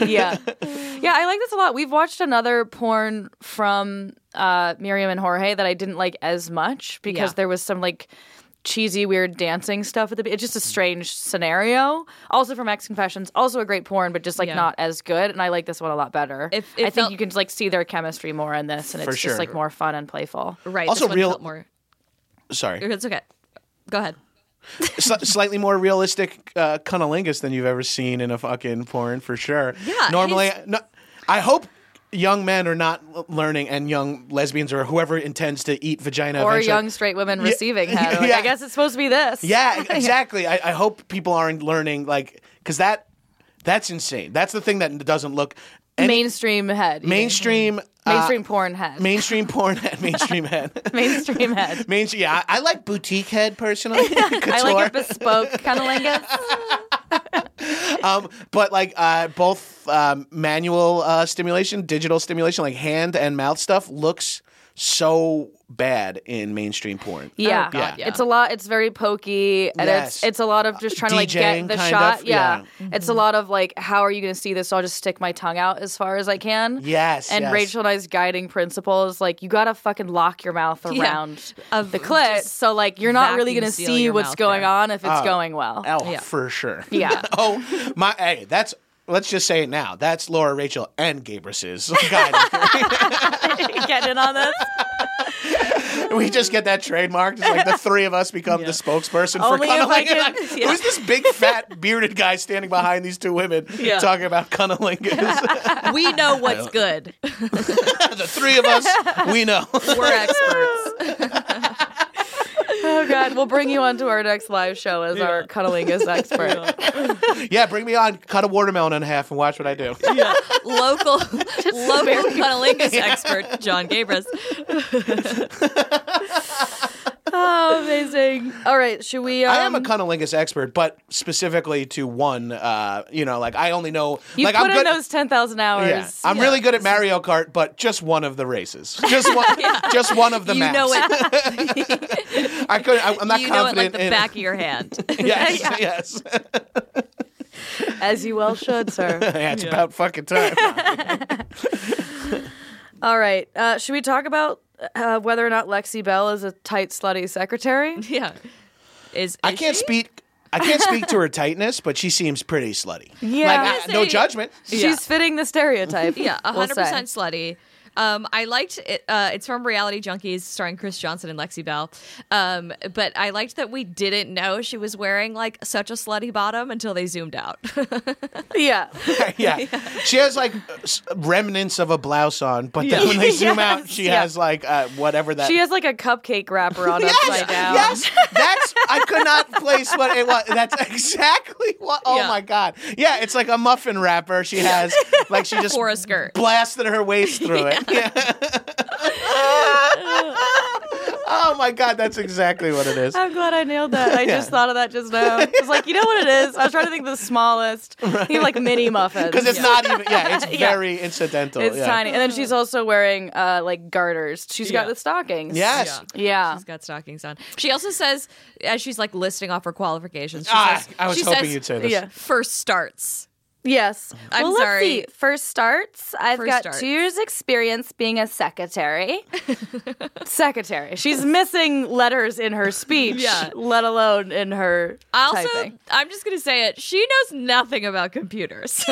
[SPEAKER 3] yeah. Yeah, I like this a lot. We've watched another porn from uh, Miriam and Jorge that I didn't like as much because
[SPEAKER 2] Yeah.
[SPEAKER 3] there was some like cheesy, weird dancing stuff at the. be- It's just a strange scenario. Also from X Confessions, also a great porn, but just like
[SPEAKER 2] Yeah.
[SPEAKER 3] not as good. And I like this one a lot better.
[SPEAKER 2] If- it
[SPEAKER 3] I think
[SPEAKER 2] felt-
[SPEAKER 3] you can like see their chemistry more in this, and it's
[SPEAKER 5] For sure.
[SPEAKER 3] just like more fun and playful.
[SPEAKER 2] right.
[SPEAKER 5] Also
[SPEAKER 2] this one
[SPEAKER 5] real-
[SPEAKER 2] felt more.
[SPEAKER 5] Sorry.
[SPEAKER 2] It's okay. Go ahead.
[SPEAKER 5] Sli- slightly more realistic uh, cunnilingus than you've ever seen in a fucking porn, for sure.
[SPEAKER 2] Yeah,
[SPEAKER 5] Normally,
[SPEAKER 2] his-
[SPEAKER 5] no, I hope young men are not l- learning and young lesbians or whoever intends to eat vagina
[SPEAKER 3] Or
[SPEAKER 5] eventually-
[SPEAKER 3] young straight women receiving head. Like,
[SPEAKER 5] yeah.
[SPEAKER 3] I guess it's supposed to be this.
[SPEAKER 5] Yeah, e-, exactly. I, I hope people aren't learning like because that that's insane. That's the thing that doesn't look any-
[SPEAKER 3] mainstream head. you mean.
[SPEAKER 5] mainstream uh,
[SPEAKER 3] mainstream porn head.
[SPEAKER 5] mainstream porn head mainstream head
[SPEAKER 3] mainstream head.
[SPEAKER 5] mainstream. Yeah, I, I like boutique head personally.
[SPEAKER 3] I like a
[SPEAKER 5] Couture.
[SPEAKER 3] bespoke cunnilingus.
[SPEAKER 5] um, but like uh, both um, manual uh, stimulation, digital stimulation, like hand and mouth stuff looks so bad in mainstream porn.
[SPEAKER 3] Yeah.
[SPEAKER 2] Oh, God, yeah.
[SPEAKER 3] It's a lot it's very pokey and
[SPEAKER 5] Yes.
[SPEAKER 3] it's it's a lot of just trying to like
[SPEAKER 5] DJing,
[SPEAKER 3] get the
[SPEAKER 5] kind
[SPEAKER 3] shot.
[SPEAKER 5] of,
[SPEAKER 3] Yeah.
[SPEAKER 5] yeah.
[SPEAKER 2] Mm-hmm.
[SPEAKER 3] It's a lot of like how are you going to see this? So I'll just stick my tongue out as far as I can.
[SPEAKER 5] Yes,
[SPEAKER 3] And
[SPEAKER 5] yes.
[SPEAKER 3] Rachel and I's guiding principle is like you got to fucking lock your mouth
[SPEAKER 2] Yeah.
[SPEAKER 3] around
[SPEAKER 2] Of
[SPEAKER 3] the clit
[SPEAKER 2] just
[SPEAKER 3] so like you're not really
[SPEAKER 2] vacuum
[SPEAKER 3] going to
[SPEAKER 2] seal
[SPEAKER 3] see
[SPEAKER 2] your
[SPEAKER 3] what's
[SPEAKER 2] mouth
[SPEAKER 3] going
[SPEAKER 2] there.
[SPEAKER 3] on if it's going well.
[SPEAKER 5] Oh,
[SPEAKER 2] Yeah.
[SPEAKER 5] for sure.
[SPEAKER 3] Yeah.
[SPEAKER 5] oh my! Hey, that's let's just say it now. That's Laura, Rachel, and Gabrus's guidance.
[SPEAKER 3] Getting in on this.
[SPEAKER 5] we just get that trademarked. It's like the three of us become the spokesperson
[SPEAKER 3] Only
[SPEAKER 5] for
[SPEAKER 3] if I
[SPEAKER 5] cunnilingus.
[SPEAKER 3] can-
[SPEAKER 5] Like,
[SPEAKER 3] yeah.
[SPEAKER 5] Who's this big fat bearded guy standing behind these two women talking about cunnilingus?
[SPEAKER 2] we know what's good.
[SPEAKER 5] the three of us, we know.
[SPEAKER 2] We're experts.
[SPEAKER 3] Oh god, we'll bring you on to our next live show as our cunnilingus expert.
[SPEAKER 5] yeah, bring me on. Cut a watermelon in half and watch what I do.
[SPEAKER 2] local local cunnilingus expert John Gabris.
[SPEAKER 3] Oh, amazing. All right, should we um,
[SPEAKER 5] I am a cunnilingus expert, but specifically to one. Uh, you know, like I only know.
[SPEAKER 3] You
[SPEAKER 5] like
[SPEAKER 3] put
[SPEAKER 5] I'm
[SPEAKER 3] in
[SPEAKER 5] good,
[SPEAKER 3] those ten thousand hours.
[SPEAKER 5] Yeah. I'm really good at Mario Kart, but just one of the races. Just one. Just one of the
[SPEAKER 2] you
[SPEAKER 5] maps.
[SPEAKER 2] know it.
[SPEAKER 5] I could. I, I'm not
[SPEAKER 2] You know it
[SPEAKER 5] confident
[SPEAKER 2] like the
[SPEAKER 5] in.
[SPEAKER 2] back of your hand.
[SPEAKER 5] Yes. Yes.
[SPEAKER 3] as you well should, sir.
[SPEAKER 5] yeah, it's about fucking time.
[SPEAKER 3] All right, uh, should we talk about uh, whether or not Lexi Bell is a tight, slutty secretary?
[SPEAKER 2] yeah. Is,
[SPEAKER 5] I
[SPEAKER 2] is
[SPEAKER 5] can't
[SPEAKER 2] she?
[SPEAKER 5] speak. I can't speak to her tightness, but she seems pretty slutty.
[SPEAKER 3] Yeah.
[SPEAKER 5] Like, I- no
[SPEAKER 2] Honestly-
[SPEAKER 5] judgment.
[SPEAKER 3] She's
[SPEAKER 2] Yeah.
[SPEAKER 3] fitting the stereotype.
[SPEAKER 2] Yeah,
[SPEAKER 3] we'll
[SPEAKER 2] hundred
[SPEAKER 3] say.
[SPEAKER 2] percent slutty. Um, I liked it. Uh, it's from Reality Junkies, starring Chris Johnson and Lexi Bell. Um, but I liked that we didn't know she was wearing like such a slutty bottom until they zoomed out.
[SPEAKER 3] Yeah,
[SPEAKER 5] yeah. She has like s- remnants of a blouse on, but then when they zoom out, she
[SPEAKER 3] yeah.
[SPEAKER 5] has like uh, whatever that.
[SPEAKER 3] she has like a cupcake wrapper on upside down.
[SPEAKER 5] Yes, that's I could not place what it was. That's exactly what. Oh
[SPEAKER 2] Yeah.
[SPEAKER 5] my god! Yeah, it's like a muffin wrapper. She has like she just
[SPEAKER 2] For a skirt.
[SPEAKER 5] blasted her waist through it. Yeah. oh my god, that's exactly what it is.
[SPEAKER 3] I'm glad I nailed that. I just thought of that just now. It's like, you know what it is? I was trying to think of the smallest. You have like mini muffins.
[SPEAKER 5] Because it's
[SPEAKER 3] Yeah.
[SPEAKER 5] not even. Yeah, it's
[SPEAKER 3] Yeah.
[SPEAKER 5] very incidental.
[SPEAKER 3] It's
[SPEAKER 5] yeah.
[SPEAKER 3] tiny. And then she's also wearing uh, like garters. She's got
[SPEAKER 2] Yeah.
[SPEAKER 3] the stockings.
[SPEAKER 5] Yes.
[SPEAKER 3] Yeah.
[SPEAKER 2] she's got stockings on. She also says, as she's like listing off her qualifications, she
[SPEAKER 5] Ah,
[SPEAKER 2] says,
[SPEAKER 5] I was
[SPEAKER 2] she
[SPEAKER 5] hoping
[SPEAKER 2] says,
[SPEAKER 5] you'd say this.
[SPEAKER 3] Yeah.
[SPEAKER 2] First starts.
[SPEAKER 3] Yes.
[SPEAKER 2] I'm
[SPEAKER 3] well,
[SPEAKER 2] sorry.
[SPEAKER 3] Let's see. First starts. I've
[SPEAKER 2] First
[SPEAKER 3] got
[SPEAKER 2] starts.
[SPEAKER 3] two years' experience being a secretary. secretary. She's missing letters in her speech,
[SPEAKER 2] Yeah.
[SPEAKER 3] let alone in her
[SPEAKER 2] I Also,
[SPEAKER 3] typing.
[SPEAKER 2] I'm just gonna say it. She knows nothing about computers.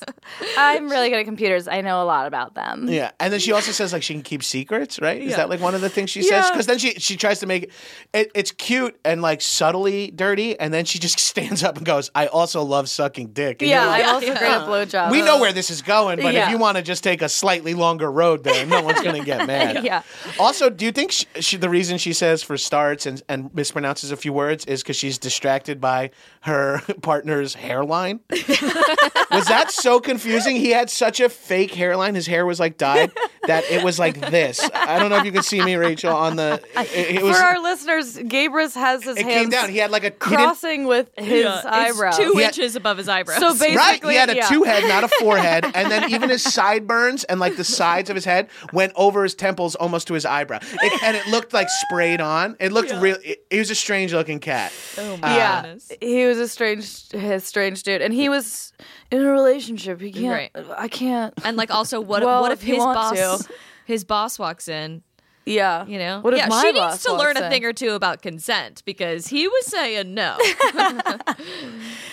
[SPEAKER 3] I'm really good at computers. I know a lot about them.
[SPEAKER 5] Yeah, and then she also says like she can keep secrets, right? Is that like one of the things she says?
[SPEAKER 3] Yeah.
[SPEAKER 5] Because then she she tries to make it, it. It's cute and like subtly dirty, and then she just stands up and goes, "I also love sucking dick." And you're
[SPEAKER 3] Yeah,
[SPEAKER 5] like,
[SPEAKER 3] I'm also great at blowjobs.
[SPEAKER 5] we know where this is going, but if
[SPEAKER 3] Yeah.
[SPEAKER 5] you want to just take a slightly longer road there, no one's going to get mad.
[SPEAKER 3] Yeah.
[SPEAKER 5] Also, do you think she, she, the reason she says for starts and, and mispronounces a few words is because she's distracted by her partner's hairline? was that so confusing? He had such a fake hairline. His hair was like dyed that it was like this. I don't know if you can see me, Rachel, on the. It, it was.
[SPEAKER 3] For our listeners, Gabrus has his
[SPEAKER 5] it
[SPEAKER 3] hands
[SPEAKER 5] came down. He had like a. he didn't-
[SPEAKER 3] crossing with his eyebrows.
[SPEAKER 2] It's two
[SPEAKER 5] Yeah.
[SPEAKER 2] inches above his eyebrows.
[SPEAKER 3] So basically,
[SPEAKER 5] Right, he had a
[SPEAKER 3] yeah.
[SPEAKER 5] two head, not a forehead, and then even his sideburns and like the sides of his head went over his temples, almost to his eyebrow, It- and it looked like sprayed on. It looked real. It, it was a strange looking cat.
[SPEAKER 2] oh my
[SPEAKER 3] Yeah,
[SPEAKER 2] goodness.
[SPEAKER 3] he was a strange, his strange dude, and he was in a relationship. He can't.
[SPEAKER 2] Right.
[SPEAKER 3] I can't.
[SPEAKER 2] And like, also, what
[SPEAKER 3] Well,
[SPEAKER 2] what if
[SPEAKER 3] if you
[SPEAKER 2] his
[SPEAKER 3] want
[SPEAKER 2] boss
[SPEAKER 3] to.
[SPEAKER 2] his boss walks in?
[SPEAKER 3] Yeah,
[SPEAKER 2] You know,
[SPEAKER 3] What if
[SPEAKER 2] yeah,
[SPEAKER 3] my
[SPEAKER 2] she
[SPEAKER 3] boss
[SPEAKER 2] needs to learn
[SPEAKER 3] walks
[SPEAKER 2] a
[SPEAKER 3] in?
[SPEAKER 2] thing or two about consent because he was saying no.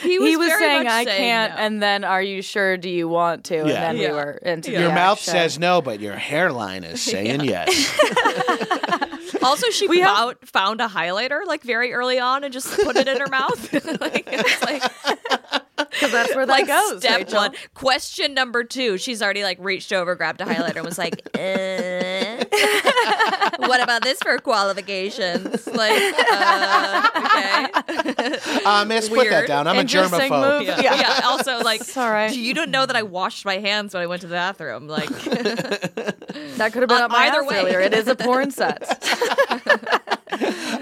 [SPEAKER 2] he was,
[SPEAKER 3] He was
[SPEAKER 2] very
[SPEAKER 3] saying
[SPEAKER 2] much
[SPEAKER 3] I can't,
[SPEAKER 2] no.
[SPEAKER 3] and then are you sure? Do you want to? And
[SPEAKER 5] Yeah.
[SPEAKER 3] then
[SPEAKER 2] Yeah.
[SPEAKER 3] we were into
[SPEAKER 5] Your
[SPEAKER 3] the
[SPEAKER 5] mouth
[SPEAKER 3] action.
[SPEAKER 5] says no, but your hairline is saying yes.
[SPEAKER 2] also she found, found a highlighter like very early on and just put it in her mouth. like, it's like
[SPEAKER 3] because that's where that
[SPEAKER 2] like
[SPEAKER 3] goes.
[SPEAKER 2] step
[SPEAKER 3] oh, Rachel.
[SPEAKER 2] one. Question number two. She's already like reached over, grabbed a highlighter, and was like, eh. "What about this for qualifications?" Like, uh, okay,
[SPEAKER 5] Uh, miss, put that
[SPEAKER 2] Weird.
[SPEAKER 5] down. I'm a
[SPEAKER 3] Interesting
[SPEAKER 5] germaphobe.
[SPEAKER 3] move.
[SPEAKER 2] yeah.
[SPEAKER 3] Yeah.
[SPEAKER 2] yeah. Also, like,
[SPEAKER 3] It's all right.
[SPEAKER 2] you don't know that I washed my hands when I went to the bathroom. Like,
[SPEAKER 3] That could have been
[SPEAKER 2] Uh,
[SPEAKER 3] up my
[SPEAKER 2] either
[SPEAKER 3] ass
[SPEAKER 2] way.
[SPEAKER 3] earlier. It is a porn set.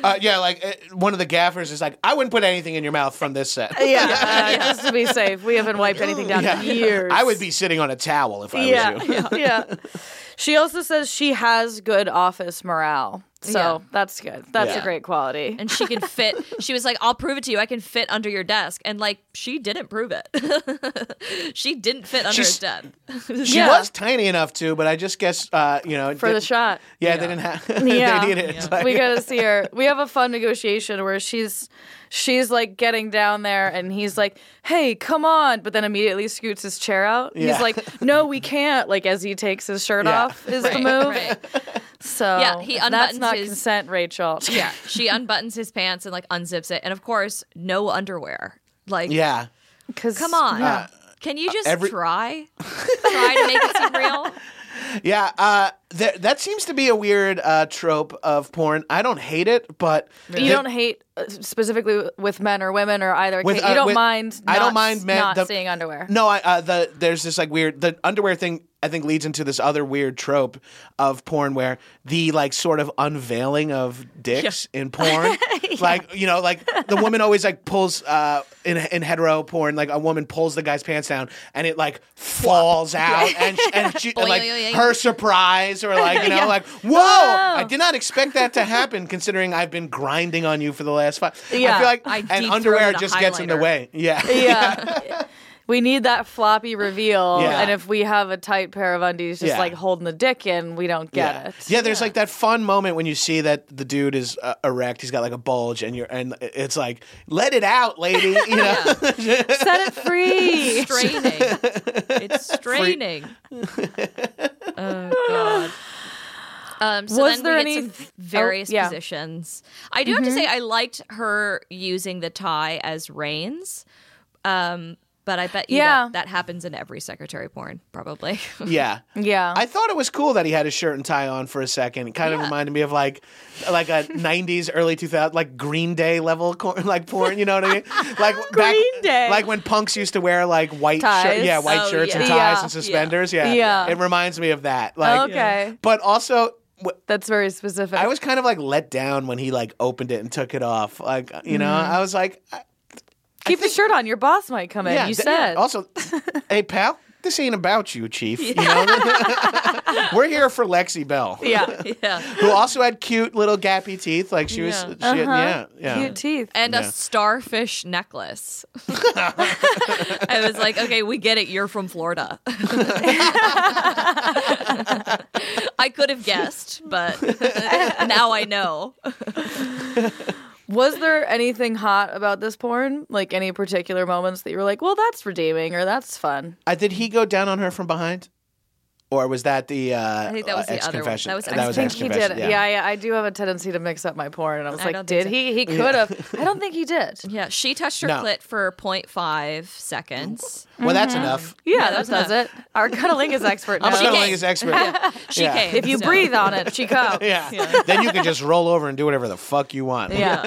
[SPEAKER 5] Uh, yeah, like uh, one of the gaffers is like, I wouldn't put anything in your mouth from this set.
[SPEAKER 3] yeah, uh, just to be safe, we haven't wiped anything down
[SPEAKER 5] Yeah.
[SPEAKER 3] in years.
[SPEAKER 5] I would be sitting on a towel if I
[SPEAKER 3] Yeah,
[SPEAKER 5] was you.
[SPEAKER 3] yeah. She also says she has good office morale. So
[SPEAKER 2] Yeah.
[SPEAKER 3] that's good. That's
[SPEAKER 5] Yeah.
[SPEAKER 3] a great quality.
[SPEAKER 2] and she can fit. she was like, "I'll prove it to you. I can fit under your desk." And like, she didn't prove it. she didn't fit under
[SPEAKER 5] She's-
[SPEAKER 2] his desk.
[SPEAKER 5] She
[SPEAKER 3] Yeah.
[SPEAKER 5] was tiny enough too, but I just guess uh, you know it
[SPEAKER 3] For the
[SPEAKER 5] didn't-
[SPEAKER 3] shot.
[SPEAKER 5] Yeah, they didn't have.
[SPEAKER 3] Yeah.
[SPEAKER 5] they needed it. It's like-
[SPEAKER 3] we gotta see her. We have a fun negotiation where she's she's like getting down there and he's like, Hey, come on but then immediately scoots his chair out.
[SPEAKER 5] Yeah.
[SPEAKER 3] He's like, No, we can't like as he takes his shirt
[SPEAKER 5] Yeah.
[SPEAKER 3] off is the
[SPEAKER 2] Right,
[SPEAKER 3] move.
[SPEAKER 2] right.
[SPEAKER 3] So
[SPEAKER 2] Yeah, he
[SPEAKER 3] that's
[SPEAKER 2] unbuttons
[SPEAKER 3] not
[SPEAKER 2] his-
[SPEAKER 3] consent, Rachel.
[SPEAKER 2] Yeah, she unbuttons his pants and like unzips it, and of course, no underwear. Like,
[SPEAKER 5] yeah.
[SPEAKER 3] Cause
[SPEAKER 2] come on,
[SPEAKER 5] Uh,
[SPEAKER 2] can you just
[SPEAKER 5] every-
[SPEAKER 2] try, try to make it seem real?
[SPEAKER 5] Yeah, uh, th- that seems to be a weird uh, trope of porn. I don't hate it, but
[SPEAKER 3] You don't hate uh, specifically with men or women or either.
[SPEAKER 5] With,
[SPEAKER 3] case.
[SPEAKER 5] uh,
[SPEAKER 3] you don't
[SPEAKER 5] with-
[SPEAKER 3] mind.
[SPEAKER 5] I don't
[SPEAKER 3] not-
[SPEAKER 5] mind men-
[SPEAKER 3] not
[SPEAKER 5] the-
[SPEAKER 3] seeing underwear.
[SPEAKER 5] No, I uh, the there's this like weird the underwear thing. I think leads into this other weird trope of porn where the like sort of unveiling of dicks in porn, like you know, like the woman always like pulls uh, in in hetero porn, like a woman pulls the guy's pants down and it like falls out, and sh- and, she, and like
[SPEAKER 2] Boing.
[SPEAKER 5] her surprise or like you know like whoa, I did not expect that to happen considering I've been grinding on you for the last five. I
[SPEAKER 3] Yeah,
[SPEAKER 5] feel like
[SPEAKER 2] I
[SPEAKER 5] and
[SPEAKER 2] deep-throated
[SPEAKER 5] underwear
[SPEAKER 2] a
[SPEAKER 5] just gets in the
[SPEAKER 2] highlighter.
[SPEAKER 5] way. Yeah,
[SPEAKER 3] Yeah. we need that floppy reveal.
[SPEAKER 5] Yeah.
[SPEAKER 3] And if we have a tight pair of undies just
[SPEAKER 5] Yeah.
[SPEAKER 3] like holding the dick in, we don't get
[SPEAKER 5] yeah.
[SPEAKER 3] it.
[SPEAKER 5] Yeah, there's like that fun moment when you see that the dude is uh, erect, he's got like a bulge, and you're and it's like, let it out, lady. You know,
[SPEAKER 3] Set it free.
[SPEAKER 2] Straining. It's straining. oh god. Um, so
[SPEAKER 3] Was
[SPEAKER 2] then
[SPEAKER 3] there
[SPEAKER 2] we get
[SPEAKER 3] any-
[SPEAKER 2] some various
[SPEAKER 3] oh, yeah. Mm-hmm.
[SPEAKER 2] positions? I do have to say I liked her using the tie as reins, um, but I bet you
[SPEAKER 3] Yeah.
[SPEAKER 2] that, that happens in every secretary porn probably.
[SPEAKER 5] yeah.
[SPEAKER 3] yeah.
[SPEAKER 5] I thought it was cool that he had his shirt and tie on for a second. It kind of reminded me of like, like a '90s, early 2000s, like Green Day level, cor- like porn. You know what I mean? Like back,
[SPEAKER 3] Green Day.
[SPEAKER 5] like when punks used to wear like white, shirt,
[SPEAKER 3] Ties.
[SPEAKER 5] yeah, white
[SPEAKER 2] Oh,
[SPEAKER 5] shirts and
[SPEAKER 3] yeah.
[SPEAKER 5] ties
[SPEAKER 3] Yeah.
[SPEAKER 5] and suspenders. Yeah.
[SPEAKER 3] Yeah.
[SPEAKER 5] it reminds me of that. Like,
[SPEAKER 3] Okay.
[SPEAKER 5] but also. wh-
[SPEAKER 3] That's very specific.
[SPEAKER 5] I was kind of like let down when he like opened it and took it off. Like you know, I was like, I-
[SPEAKER 3] Keep the shirt on. Your boss might come in.
[SPEAKER 5] yeah.
[SPEAKER 3] you
[SPEAKER 5] th-
[SPEAKER 3] said.
[SPEAKER 5] Also, hey pal, this ain't about you, Chief. You know? We're here for Lexi Bell,
[SPEAKER 3] yeah.
[SPEAKER 2] yeah.
[SPEAKER 5] who also had cute little gappy teeth. Like she was, she had- yeah, yeah.
[SPEAKER 3] Cute teeth.
[SPEAKER 2] And a starfish necklace. I was like, okay, we get it. You're from Florida. I could have guessed, but now I know.
[SPEAKER 3] Was there anything hot about this porn? Like any particular moments that you were like, well, that's redeeming or that's fun?
[SPEAKER 5] Uh, did he go down on her from behind? Or was that the uh,
[SPEAKER 2] think that was the other one.
[SPEAKER 5] ex-confession?
[SPEAKER 2] That was
[SPEAKER 3] I think he did.
[SPEAKER 5] ex-confession,
[SPEAKER 3] Yeah. yeah, I do have a tendency to mix up my porn, and I was
[SPEAKER 2] I
[SPEAKER 3] like,
[SPEAKER 2] don't think
[SPEAKER 3] did
[SPEAKER 2] so.
[SPEAKER 3] he? He could have. I don't think he did.
[SPEAKER 2] Yeah, she touched her
[SPEAKER 5] No.
[SPEAKER 2] clit for 0.5 seconds.
[SPEAKER 5] Well, that's enough.
[SPEAKER 3] Yeah, that does it. Our cuddling is expert.
[SPEAKER 5] I'm
[SPEAKER 3] knows.
[SPEAKER 5] a cuddling
[SPEAKER 2] came.
[SPEAKER 5] is expert.
[SPEAKER 2] She
[SPEAKER 5] Yeah.
[SPEAKER 2] came.
[SPEAKER 3] If you
[SPEAKER 2] so-
[SPEAKER 3] breathe on it, she comes.
[SPEAKER 5] Yeah. then you can just roll over and do whatever the fuck you want.
[SPEAKER 3] Yeah.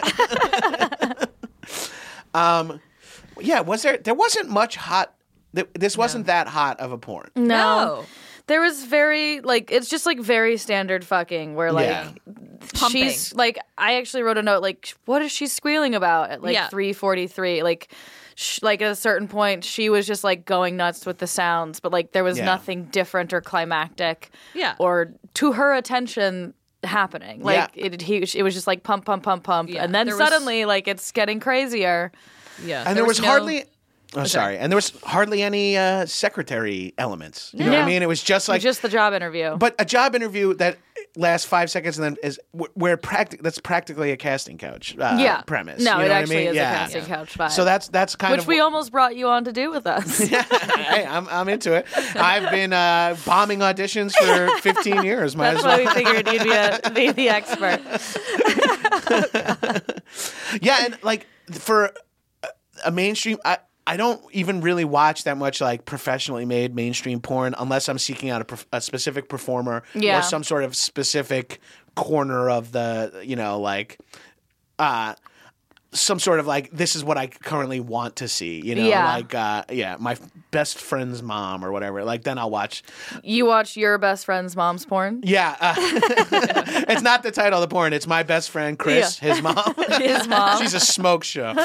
[SPEAKER 5] Yeah, was there? There wasn't much hot. th- This wasn't that hot of a porn.
[SPEAKER 2] No.
[SPEAKER 3] There was very like it's just like very standard fucking where like
[SPEAKER 5] Yeah.
[SPEAKER 3] she's like I actually wrote a note like what is she squealing about at like
[SPEAKER 2] Yeah.
[SPEAKER 3] 3:43 like sh- like at a certain point she was just like going nuts with the sounds but like there was
[SPEAKER 5] Yeah.
[SPEAKER 3] nothing different or climactic
[SPEAKER 2] Yeah.
[SPEAKER 3] or to her attention happening like it he, it was just like pump pump pump pump
[SPEAKER 2] Yeah.
[SPEAKER 3] and then
[SPEAKER 2] There was-
[SPEAKER 3] suddenly like it's getting crazier
[SPEAKER 2] Yeah.
[SPEAKER 5] And there, was,
[SPEAKER 2] no-
[SPEAKER 5] hardly. Oh, sorry. And there was hardly any uh, secretary elements. You know what I
[SPEAKER 3] Yeah.
[SPEAKER 5] mean? It was just like,
[SPEAKER 3] just the job interview
[SPEAKER 5] but a job interview that lasts five seconds and then is wh- where practic that's practically a casting couch. Uh,
[SPEAKER 3] yeah
[SPEAKER 5] Premise.
[SPEAKER 3] no
[SPEAKER 5] You know
[SPEAKER 3] it
[SPEAKER 5] what I
[SPEAKER 3] actually
[SPEAKER 5] mean?
[SPEAKER 3] is
[SPEAKER 5] Yeah.
[SPEAKER 3] a casting couch vibe
[SPEAKER 5] So that's that's kind
[SPEAKER 3] which
[SPEAKER 5] of
[SPEAKER 3] we almost brought you on to do with us.
[SPEAKER 5] hey, I'm I'm into it. I've been uh, bombing auditions for 15 years. Might
[SPEAKER 3] That's
[SPEAKER 5] as
[SPEAKER 3] why
[SPEAKER 5] well.
[SPEAKER 3] we figured you'd be, a, be the expert.
[SPEAKER 5] Yeah, and like for a- a mainstream, I I don't even really watch that much like professionally made mainstream porn unless I'm seeking out a, perf- a specific performer
[SPEAKER 3] Yeah.
[SPEAKER 5] or some sort of specific corner of the you know like. uh some sort of like this is what I currently want to see, you know,
[SPEAKER 3] Yeah.
[SPEAKER 5] like uh, yeah, my f- best friend's mom or whatever. Like then I'll watch.
[SPEAKER 3] You watch your best friend's mom's porn.
[SPEAKER 5] Yeah, uh, it's not the title of the porn. It's my best friend Chris, his mom.
[SPEAKER 3] His mom.
[SPEAKER 5] She's a smoke show.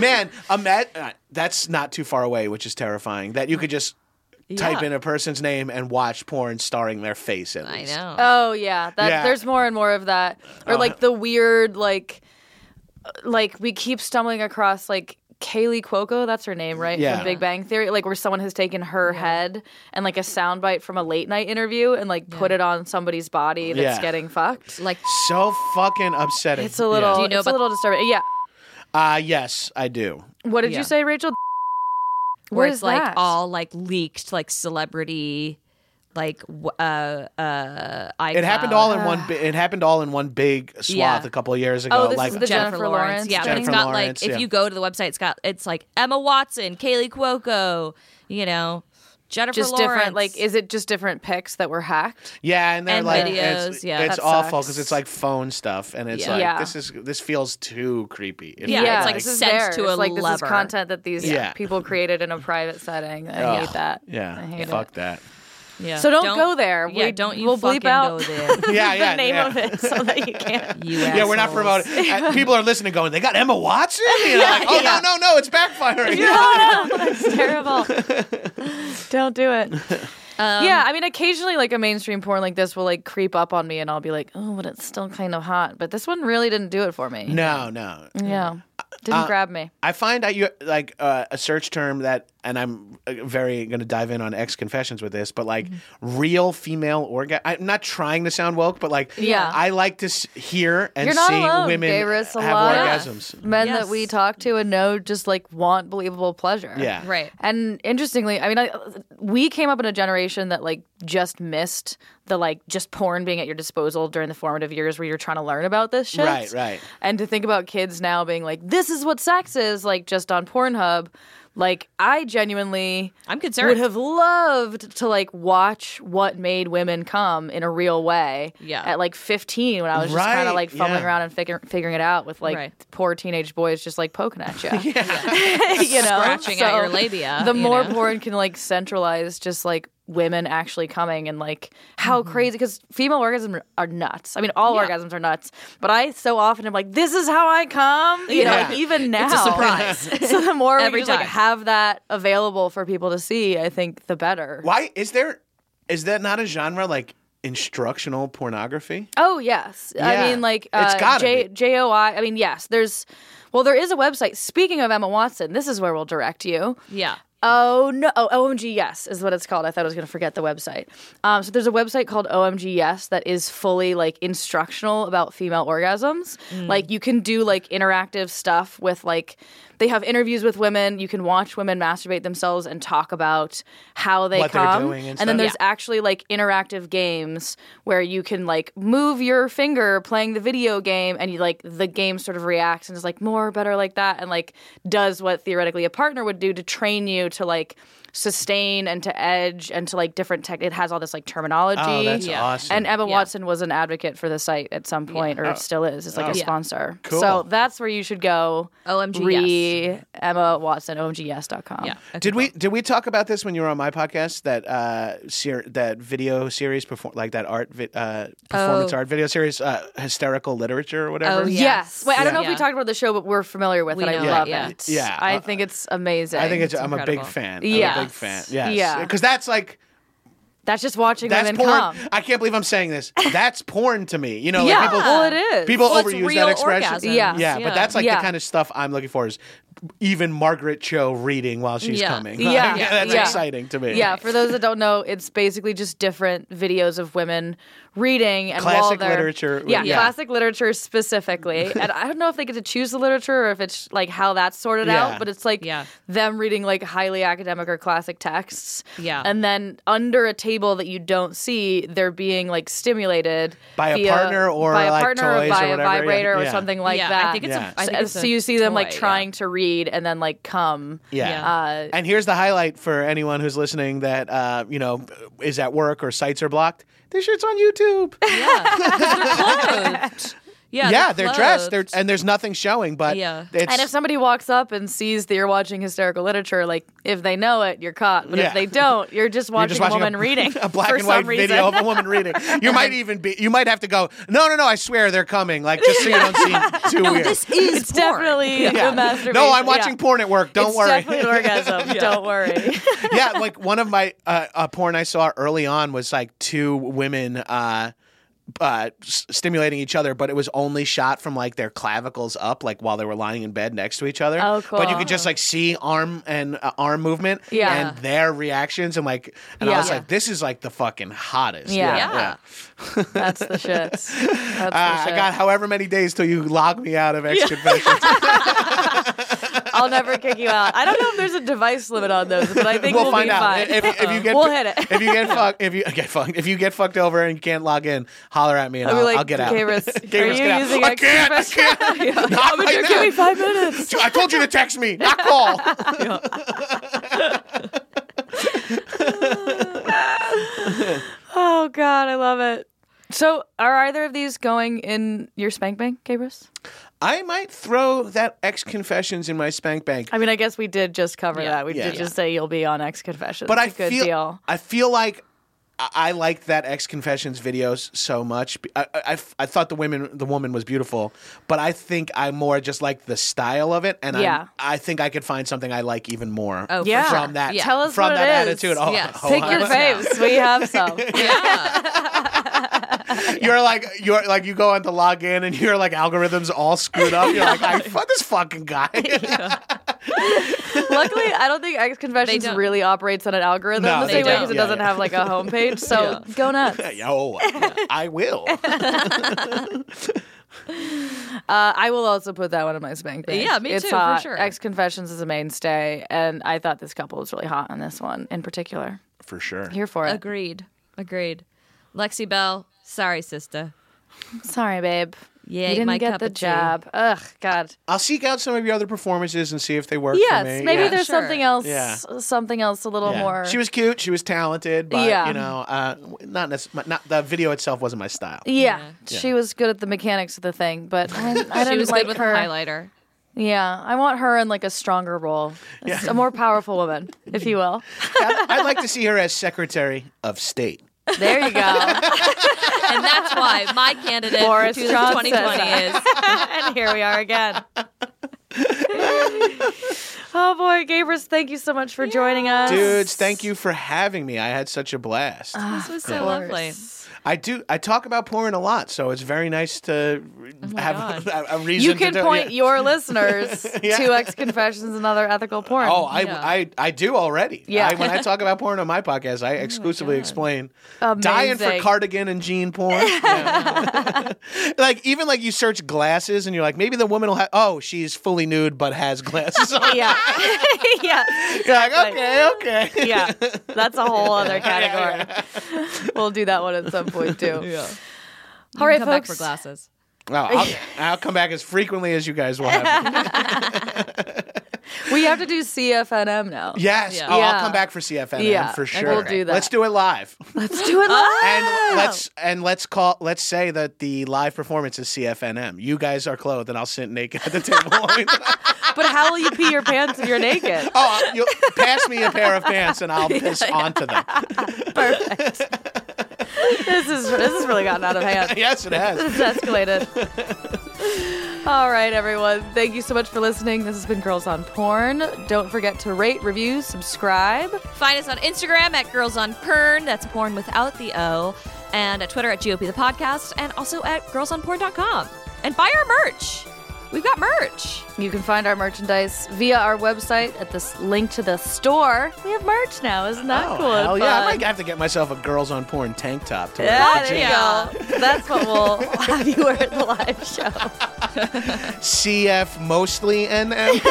[SPEAKER 5] Man, ima- uh, that's not too far away, which is terrifying. That you could just type in a person's name and watch porn starring their face at
[SPEAKER 2] I
[SPEAKER 5] least.
[SPEAKER 2] know.
[SPEAKER 3] Oh yeah, that
[SPEAKER 5] Yeah. Uh-huh.
[SPEAKER 3] there's more and more of that. Or like the weird like uh, like we keep stumbling across like Kaylee Cuoco, that's her name, right?
[SPEAKER 5] Yeah.
[SPEAKER 3] From Big Bang Theory, like where someone has taken her head and like a soundbite from a late night interview and like put it on somebody's body that's
[SPEAKER 5] Yeah.
[SPEAKER 3] getting fucked.
[SPEAKER 2] like
[SPEAKER 5] So fucking upsetting.
[SPEAKER 3] It's a little
[SPEAKER 2] Do you know
[SPEAKER 3] it's a
[SPEAKER 2] about-
[SPEAKER 3] little disturbing. Yeah.
[SPEAKER 5] Ah, yes, I do.
[SPEAKER 3] What did
[SPEAKER 2] Yeah.
[SPEAKER 3] you say, Rachel?
[SPEAKER 2] where
[SPEAKER 3] What
[SPEAKER 2] it's
[SPEAKER 3] is
[SPEAKER 2] like
[SPEAKER 3] that?
[SPEAKER 2] all like leaked like celebrity like w- uh uh iCloud.
[SPEAKER 5] It happened all in one. bi- It happened all in one big swath
[SPEAKER 2] Yeah.
[SPEAKER 5] a couple of years ago.
[SPEAKER 3] Oh, this
[SPEAKER 5] like
[SPEAKER 3] is the Jennifer, Lawrence.
[SPEAKER 2] yeah, but it's
[SPEAKER 5] Jennifer
[SPEAKER 2] got
[SPEAKER 5] Lawrence,
[SPEAKER 2] like if
[SPEAKER 5] yeah.
[SPEAKER 2] you go to the website, it's got it's like Emma Watson, Kaylee Cuoco, you know, Jennifer
[SPEAKER 3] just
[SPEAKER 2] Lawrence.
[SPEAKER 3] different like is it just different pics that were hacked?
[SPEAKER 5] yeah, and they're
[SPEAKER 2] and
[SPEAKER 5] like
[SPEAKER 2] videos,
[SPEAKER 5] It's,
[SPEAKER 2] yeah.
[SPEAKER 5] it's
[SPEAKER 3] That
[SPEAKER 5] awful
[SPEAKER 3] sucks.
[SPEAKER 5] because it's like phone stuff, and it's
[SPEAKER 2] Yeah.
[SPEAKER 5] like
[SPEAKER 3] Yeah.
[SPEAKER 5] this is this feels too creepy. It
[SPEAKER 2] Yeah,
[SPEAKER 5] feels
[SPEAKER 2] it's like
[SPEAKER 3] this is
[SPEAKER 2] sent
[SPEAKER 3] theirs.
[SPEAKER 2] to a
[SPEAKER 3] like this
[SPEAKER 2] lover.
[SPEAKER 3] is content that these
[SPEAKER 5] Yeah.
[SPEAKER 3] people created in a private setting. I
[SPEAKER 5] Ugh.
[SPEAKER 3] hate that. I
[SPEAKER 5] yeah,
[SPEAKER 3] hate
[SPEAKER 5] fuck
[SPEAKER 3] it.
[SPEAKER 5] that.
[SPEAKER 2] yeah.
[SPEAKER 3] So don't go there.
[SPEAKER 2] Yeah,
[SPEAKER 3] We-
[SPEAKER 2] don't you
[SPEAKER 3] we'll
[SPEAKER 2] fucking
[SPEAKER 3] bleep out.
[SPEAKER 2] go there.
[SPEAKER 5] Yeah, yeah,
[SPEAKER 3] the name
[SPEAKER 5] yeah.
[SPEAKER 3] of it so that you can't.
[SPEAKER 2] You
[SPEAKER 5] Yeah, we're not
[SPEAKER 2] assholes.
[SPEAKER 5] promoting. uh, People are listening, going, "They got Emma Watson." You know, like, oh no, no, no, it's backfiring.
[SPEAKER 3] no, no, that's terrible. Don't do it. yeah, I mean, occasionally, like a mainstream porn like this will like creep up on me, and I'll be like, "Oh, but it's still kind of hot." But this one really didn't do it for me.
[SPEAKER 5] No, no. Uh,
[SPEAKER 3] Yeah, didn't grab me.
[SPEAKER 5] I find out you like uh, a search term that, and I'm uh, very going to dive in on ex confessions with this, but like
[SPEAKER 3] Mm-hmm.
[SPEAKER 5] real female orgasm. I'm not trying to sound woke, but like,
[SPEAKER 3] Yeah.
[SPEAKER 5] I like to s- hear and
[SPEAKER 3] You're not
[SPEAKER 5] see
[SPEAKER 3] alone,
[SPEAKER 5] women
[SPEAKER 3] Gay Riz, a
[SPEAKER 5] have
[SPEAKER 3] lot of
[SPEAKER 5] orgasms.
[SPEAKER 3] Men
[SPEAKER 2] Yes.
[SPEAKER 3] that we talk to and know just like want believable pleasure.
[SPEAKER 5] Yeah.
[SPEAKER 2] Right.
[SPEAKER 3] And interestingly, I mean, I, we came up in a generation that like just missed the like just porn being at your disposal during the formative years where you're trying to learn about this shit.
[SPEAKER 5] Right, right.
[SPEAKER 3] And to think about kids now being like, this is what sex is, like just on Pornhub. Like I genuinely
[SPEAKER 2] I'm
[SPEAKER 3] would
[SPEAKER 2] concerned.
[SPEAKER 3] have loved to like watch what made women come in a real way.
[SPEAKER 2] Yeah.
[SPEAKER 3] At like 15, when I was just
[SPEAKER 5] Right,
[SPEAKER 3] kind of like fumbling
[SPEAKER 5] yeah.
[SPEAKER 3] around and figure, figuring it out with like
[SPEAKER 2] Right.
[SPEAKER 3] poor teenage boys just like poking at you. you know,
[SPEAKER 2] Scratching at your labia,
[SPEAKER 3] The
[SPEAKER 2] you
[SPEAKER 3] more
[SPEAKER 2] know?
[SPEAKER 3] porn can like centralize just like women actually coming and like how crazy because female orgasms are nuts. I mean, all orgasms are nuts, but I so often am like, this is how I come. You know,
[SPEAKER 5] Yeah.
[SPEAKER 3] like, even now,
[SPEAKER 2] It's a surprise.
[SPEAKER 3] so the more
[SPEAKER 2] Every
[SPEAKER 3] we just, like
[SPEAKER 2] time.
[SPEAKER 3] have that available for people to see, I think the better.
[SPEAKER 5] Why is there? Is that not a genre like instructional pornography?
[SPEAKER 3] Oh yes,
[SPEAKER 5] Yeah.
[SPEAKER 3] I mean like uh,
[SPEAKER 5] It's gotta
[SPEAKER 3] J-
[SPEAKER 5] be.
[SPEAKER 3] JOI. I mean yes, there's well there is a website. Speaking of Emma Watson, this is where we'll direct you.
[SPEAKER 2] yeah.
[SPEAKER 3] Oh no! Oh, OMG Yes is what it's called. I thought I was going to forget the website. Um, so there's a website called OMG Yes that is fully like instructional about female orgasms. Like you can do like interactive stuff with like they have interviews with women. You can watch women masturbate themselves and talk about how they
[SPEAKER 5] What they're
[SPEAKER 3] come.
[SPEAKER 5] doing and
[SPEAKER 3] then
[SPEAKER 5] stuff.
[SPEAKER 3] there's actually like interactive games where you can like move your finger playing the video game and you like the game sort of reacts and is like more better like that and like does what theoretically a partner would do to train you to like sustain and to edge and to like different tech it has all this like terminology
[SPEAKER 5] Oh, that's
[SPEAKER 2] Yeah.
[SPEAKER 5] awesome.
[SPEAKER 3] and Emma
[SPEAKER 2] Yeah.
[SPEAKER 3] Watson was an advocate for the site at some point, or still is. It's like a
[SPEAKER 2] Yeah.
[SPEAKER 3] sponsor.
[SPEAKER 5] Cool.
[SPEAKER 3] So that's where you should go.
[SPEAKER 2] OMG,
[SPEAKER 3] Re Emma Watson, omgs.com.
[SPEAKER 2] E Yeah. Okay,
[SPEAKER 5] did
[SPEAKER 2] cool.
[SPEAKER 5] we did we talk about this when you were on my podcast that uh ser- that video series perform like that art vi- uh
[SPEAKER 3] Oh.
[SPEAKER 5] performance art video series uh hysterical literature or whatever
[SPEAKER 2] Oh,
[SPEAKER 3] Yes.
[SPEAKER 2] Yes.
[SPEAKER 3] Wait, I don't know if
[SPEAKER 2] Yeah.
[SPEAKER 3] we talked about the show, but we're familiar with
[SPEAKER 2] We
[SPEAKER 3] it. I
[SPEAKER 2] know
[SPEAKER 3] love
[SPEAKER 2] it, yeah.
[SPEAKER 3] it.
[SPEAKER 5] Yeah.
[SPEAKER 3] I think it's amazing.
[SPEAKER 5] I think it's,
[SPEAKER 2] It's
[SPEAKER 5] I'm a
[SPEAKER 2] incredible.
[SPEAKER 5] big fan. I'm a big
[SPEAKER 3] Yes.
[SPEAKER 5] fan. Yes.
[SPEAKER 3] Yeah.
[SPEAKER 5] Because that's like
[SPEAKER 3] that's just watching
[SPEAKER 5] that's
[SPEAKER 3] women
[SPEAKER 5] porn.
[SPEAKER 3] come.
[SPEAKER 5] I can't believe I'm saying this. That's porn to me. You know, like
[SPEAKER 3] Yeah.
[SPEAKER 5] people,
[SPEAKER 3] Well, it is.
[SPEAKER 5] People
[SPEAKER 2] Well, it's
[SPEAKER 5] overuse
[SPEAKER 2] real
[SPEAKER 5] that expression.
[SPEAKER 2] orgasms.
[SPEAKER 5] Yeah.
[SPEAKER 3] Yeah.
[SPEAKER 5] but that's like
[SPEAKER 3] Yeah.
[SPEAKER 5] the kind of stuff I'm looking for is even Margaret Cho reading while she's
[SPEAKER 2] Yeah.
[SPEAKER 5] coming.
[SPEAKER 3] Yeah.
[SPEAKER 5] Like,
[SPEAKER 3] Yeah.
[SPEAKER 5] That's
[SPEAKER 3] Yeah.
[SPEAKER 5] exciting to me.
[SPEAKER 3] Yeah, for those that don't know, it's basically just different videos of women reading and while
[SPEAKER 5] Classic
[SPEAKER 3] they're-
[SPEAKER 5] literature.
[SPEAKER 3] Yeah,
[SPEAKER 5] Yeah.
[SPEAKER 3] classic literature specifically. and I don't know if they get to choose the literature or if it's like how that's sorted
[SPEAKER 5] Yeah.
[SPEAKER 3] out, but it's like
[SPEAKER 2] Yeah.
[SPEAKER 3] them reading like highly academic or classic texts.
[SPEAKER 2] Yeah.
[SPEAKER 3] and then under a table that you don't see, they're being like stimulated
[SPEAKER 5] By a
[SPEAKER 3] via-
[SPEAKER 5] partner or,
[SPEAKER 3] by a
[SPEAKER 5] like,
[SPEAKER 3] partner
[SPEAKER 5] toys or
[SPEAKER 3] by
[SPEAKER 5] whatever.
[SPEAKER 3] a
[SPEAKER 5] Yeah.
[SPEAKER 3] vibrator or
[SPEAKER 5] Yeah.
[SPEAKER 3] something like
[SPEAKER 2] yeah,
[SPEAKER 3] that.
[SPEAKER 2] I think it's
[SPEAKER 5] Yeah.
[SPEAKER 2] a. I think
[SPEAKER 3] so,
[SPEAKER 2] it's a
[SPEAKER 3] so you see them like
[SPEAKER 2] toy, yeah.
[SPEAKER 3] trying to read and then like come.
[SPEAKER 5] Yeah.
[SPEAKER 2] Yeah.
[SPEAKER 3] Uh,
[SPEAKER 5] And here's the highlight for anyone who's listening that uh, you know is at work or sites are blocked. This shit's on YouTube.
[SPEAKER 2] Yeah, 'Cause they're clothed. Yeah,
[SPEAKER 5] yeah, they're, dressed. They're
[SPEAKER 2] clothed.
[SPEAKER 5] and there's nothing showing, but
[SPEAKER 2] Yeah.
[SPEAKER 5] it's,
[SPEAKER 3] And if somebody walks up and sees that you're watching hysterical literature, like if they know it, you're caught. But
[SPEAKER 5] Yeah.
[SPEAKER 3] if they don't, you're just
[SPEAKER 5] you're
[SPEAKER 3] watching,
[SPEAKER 5] just
[SPEAKER 3] a
[SPEAKER 5] watching
[SPEAKER 3] woman
[SPEAKER 5] a,
[SPEAKER 3] reading
[SPEAKER 5] a black
[SPEAKER 3] for
[SPEAKER 5] and white
[SPEAKER 3] some reason.
[SPEAKER 5] video of a woman reading. You might even be. You might have to go. No, no, no. I swear they're coming. Like just so you don't seem
[SPEAKER 2] Oh,
[SPEAKER 5] too weird.
[SPEAKER 6] This is
[SPEAKER 3] It's
[SPEAKER 6] porn.
[SPEAKER 3] definitely
[SPEAKER 5] Yeah.
[SPEAKER 3] a masturbation.
[SPEAKER 5] No, I'm watching
[SPEAKER 3] Yeah.
[SPEAKER 5] porn at work. Don't
[SPEAKER 3] it's
[SPEAKER 5] worry.
[SPEAKER 3] definitely an orgasm. Don't worry.
[SPEAKER 5] yeah, like one of my uh, a porn I saw early on was like two women uh, uh, s- stimulating each other, but it was only shot from like their clavicles up, like while they were lying in bed next to each other.
[SPEAKER 3] Oh,
[SPEAKER 5] But you
[SPEAKER 3] cool.
[SPEAKER 5] could just like see arm and uh, arm movement,
[SPEAKER 3] Yeah.
[SPEAKER 5] and their reactions, and like, and I
[SPEAKER 3] Yeah.
[SPEAKER 5] was like, this is like the fucking hottest.
[SPEAKER 3] Yeah.
[SPEAKER 2] Yeah.
[SPEAKER 3] That's the shit. That's
[SPEAKER 5] Uh,
[SPEAKER 3] the
[SPEAKER 5] I
[SPEAKER 3] shit.
[SPEAKER 5] got however many days till you log me out of X Confessions.
[SPEAKER 3] I'll never kick you out. I don't know if there's a device limit on those, but I think we'll,
[SPEAKER 5] find
[SPEAKER 3] be
[SPEAKER 5] out
[SPEAKER 3] fine.
[SPEAKER 5] If, if you get
[SPEAKER 3] We'll hit it.
[SPEAKER 5] if you get fucked if you get fucked if you get fucked over and you can't log in, holler at me and
[SPEAKER 3] I'll
[SPEAKER 5] I'll,
[SPEAKER 3] be like,
[SPEAKER 5] I'll get out.
[SPEAKER 3] Gabrus,
[SPEAKER 5] Gabrus,
[SPEAKER 3] are you
[SPEAKER 5] get out.
[SPEAKER 3] using
[SPEAKER 5] I can't. I
[SPEAKER 3] Express?
[SPEAKER 5] can't. Not right now.
[SPEAKER 3] Give me five minutes.
[SPEAKER 5] I told you to text me, not call.
[SPEAKER 3] Oh God, I love it. So, are either of these going in your spank bank, Gabrus?
[SPEAKER 5] I might throw that X confessions in my spank bank,
[SPEAKER 3] I mean, I guess we did just cover that. We
[SPEAKER 5] yeah,
[SPEAKER 3] did
[SPEAKER 5] yeah.
[SPEAKER 3] just say you'll be on X Confessions.
[SPEAKER 5] but I
[SPEAKER 3] It's a good
[SPEAKER 5] feel
[SPEAKER 3] deal.
[SPEAKER 5] I feel like. I- I liked that X Confessions videos so much. I, I- I f- I thought the women the woman was beautiful, but I think I more just like the style of it, and I'm-
[SPEAKER 3] Yeah.
[SPEAKER 5] I think I could find something I like even more.
[SPEAKER 2] Oh, for
[SPEAKER 3] Yeah.
[SPEAKER 2] sure.
[SPEAKER 5] from that
[SPEAKER 2] Yeah.
[SPEAKER 3] Tell us
[SPEAKER 5] from
[SPEAKER 3] what
[SPEAKER 5] that
[SPEAKER 3] it is.
[SPEAKER 5] attitude. Oh,
[SPEAKER 2] Yes.
[SPEAKER 5] oh,
[SPEAKER 3] Pick
[SPEAKER 5] I
[SPEAKER 3] your
[SPEAKER 5] was-
[SPEAKER 3] faves. We have some.
[SPEAKER 2] yeah.
[SPEAKER 5] You're like you're like you go on to log in and you're like algorithms all screwed up. You're like, I fuck this fucking guy.
[SPEAKER 3] Luckily, I don't think X Confessions
[SPEAKER 2] don't.
[SPEAKER 3] really operates on an algorithm
[SPEAKER 5] No,
[SPEAKER 3] the
[SPEAKER 5] they
[SPEAKER 3] same way
[SPEAKER 2] don't.
[SPEAKER 3] because it
[SPEAKER 5] Yeah,
[SPEAKER 3] doesn't
[SPEAKER 5] yeah.
[SPEAKER 3] have like a homepage. So go nuts.
[SPEAKER 5] Yo, I will.
[SPEAKER 3] Uh, I will also put that one in my spank bank.
[SPEAKER 2] Yeah, me
[SPEAKER 3] it's
[SPEAKER 2] too, for
[SPEAKER 3] hot.
[SPEAKER 2] sure.
[SPEAKER 3] X Confessions is a mainstay, and I thought this couple was really hot on this one in particular.
[SPEAKER 5] For sure.
[SPEAKER 3] Here for it.
[SPEAKER 2] Agreed. Agreed. Lexi Bell, sorry, sister.
[SPEAKER 3] Sorry, babe.
[SPEAKER 2] Yeah,
[SPEAKER 3] you
[SPEAKER 2] ain't
[SPEAKER 3] didn't
[SPEAKER 2] my
[SPEAKER 3] get
[SPEAKER 2] cup
[SPEAKER 3] the
[SPEAKER 2] of tea.
[SPEAKER 3] job. Ugh, God.
[SPEAKER 5] I'll seek out some of your other performances and see if they work
[SPEAKER 3] Yes,
[SPEAKER 5] for me.
[SPEAKER 3] maybe
[SPEAKER 5] Yeah.
[SPEAKER 3] there's
[SPEAKER 2] Sure.
[SPEAKER 3] something else.
[SPEAKER 5] Yeah.
[SPEAKER 3] Something else a little
[SPEAKER 5] Yeah.
[SPEAKER 3] more.
[SPEAKER 5] She was cute. She was talented, but
[SPEAKER 3] Yeah.
[SPEAKER 5] you know, uh, not necess- not the video itself wasn't my style.
[SPEAKER 3] Yeah, she was good at the mechanics of the thing, but I, I
[SPEAKER 2] She
[SPEAKER 3] didn't
[SPEAKER 2] was
[SPEAKER 3] like
[SPEAKER 2] good with
[SPEAKER 3] her.
[SPEAKER 2] the highlighter.
[SPEAKER 3] Yeah, I want her in like a stronger role, a more powerful woman, if you will.
[SPEAKER 5] I'd, I'd like to see her as Secretary of State.
[SPEAKER 3] There you go.
[SPEAKER 2] And that's why my candidate
[SPEAKER 3] Boris
[SPEAKER 2] for
[SPEAKER 3] Johnson.
[SPEAKER 2] 2020 is
[SPEAKER 3] and here we are again. oh boy, Gabrus, thank you so much for joining us.
[SPEAKER 5] Dudes, thank you for having me. I had such a blast.
[SPEAKER 3] Uh.
[SPEAKER 2] This was so lovely.
[SPEAKER 5] I do. I talk about porn a lot, so it's very nice to have a, a reason.
[SPEAKER 3] Oh You can
[SPEAKER 5] to do,
[SPEAKER 3] point
[SPEAKER 5] yeah.
[SPEAKER 3] your listeners
[SPEAKER 5] Yeah.
[SPEAKER 3] to X Confessions and other ethical porn.
[SPEAKER 5] Oh, I,
[SPEAKER 2] Yeah.
[SPEAKER 5] I, I do already.
[SPEAKER 3] Yeah. Oh
[SPEAKER 5] I, when I talk about porn on my podcast, I exclusively explain
[SPEAKER 3] Amazing.
[SPEAKER 5] dying for cardigan and jean porn. Yeah. like even like you search glasses and you're like maybe the woman will have oh she's fully nude but has glasses on.
[SPEAKER 3] Yeah. yeah.
[SPEAKER 5] You're like
[SPEAKER 3] exactly.
[SPEAKER 5] okay okay.
[SPEAKER 3] Yeah. That's a whole other category. We'll do that one at some point too. Yeah. All right,
[SPEAKER 2] Come back
[SPEAKER 3] folks.
[SPEAKER 2] for glasses.
[SPEAKER 5] Oh, I'll, I'll come back as frequently as you guys will have. me.
[SPEAKER 3] We have to do CFNM now.
[SPEAKER 5] Yes.
[SPEAKER 2] Yeah.
[SPEAKER 5] Oh, I'll
[SPEAKER 3] Yeah.
[SPEAKER 5] come back for CFN
[SPEAKER 3] Yeah,
[SPEAKER 5] for
[SPEAKER 3] okay.
[SPEAKER 5] sure.
[SPEAKER 3] We'll do that.
[SPEAKER 5] Let's do it live.
[SPEAKER 3] Let's do it live.
[SPEAKER 5] And let's and let's call let's say that the live performance is CFNM. You guys are clothed, and I'll sit naked at the table.
[SPEAKER 3] But how will you pee your pants if you're naked?
[SPEAKER 5] oh, you pass me a pair of pants, and I'll piss onto them.
[SPEAKER 3] Perfect. this is this has really gotten out of hand.
[SPEAKER 5] Yes, it has.
[SPEAKER 3] This has escalated. All right, everyone. Thank you so much for listening. This has been Girls on Porn. Don't forget to rate, review, subscribe.
[SPEAKER 2] Find us on Instagram at Girls on Pern. That's porn without the O. And at Twitter at GOP the podcast. And also at girlsonporn.com. And buy our merch. We've got merch.
[SPEAKER 3] You can find our merchandise via our website at this link to the store. We have merch now. Isn't that
[SPEAKER 5] Oh,
[SPEAKER 3] cool? and
[SPEAKER 5] hell yeah! I
[SPEAKER 3] fun?
[SPEAKER 5] might have to get myself a girls on porn tank top. To wear.
[SPEAKER 3] Yeah, there
[SPEAKER 2] Yeah.
[SPEAKER 3] you go. That's what we'll have you wear at the live show.
[SPEAKER 5] CF mostly NM.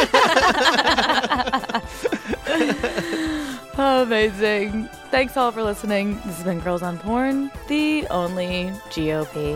[SPEAKER 3] Amazing. Thanks all for listening. This has been Girls on Porn, the only GOP.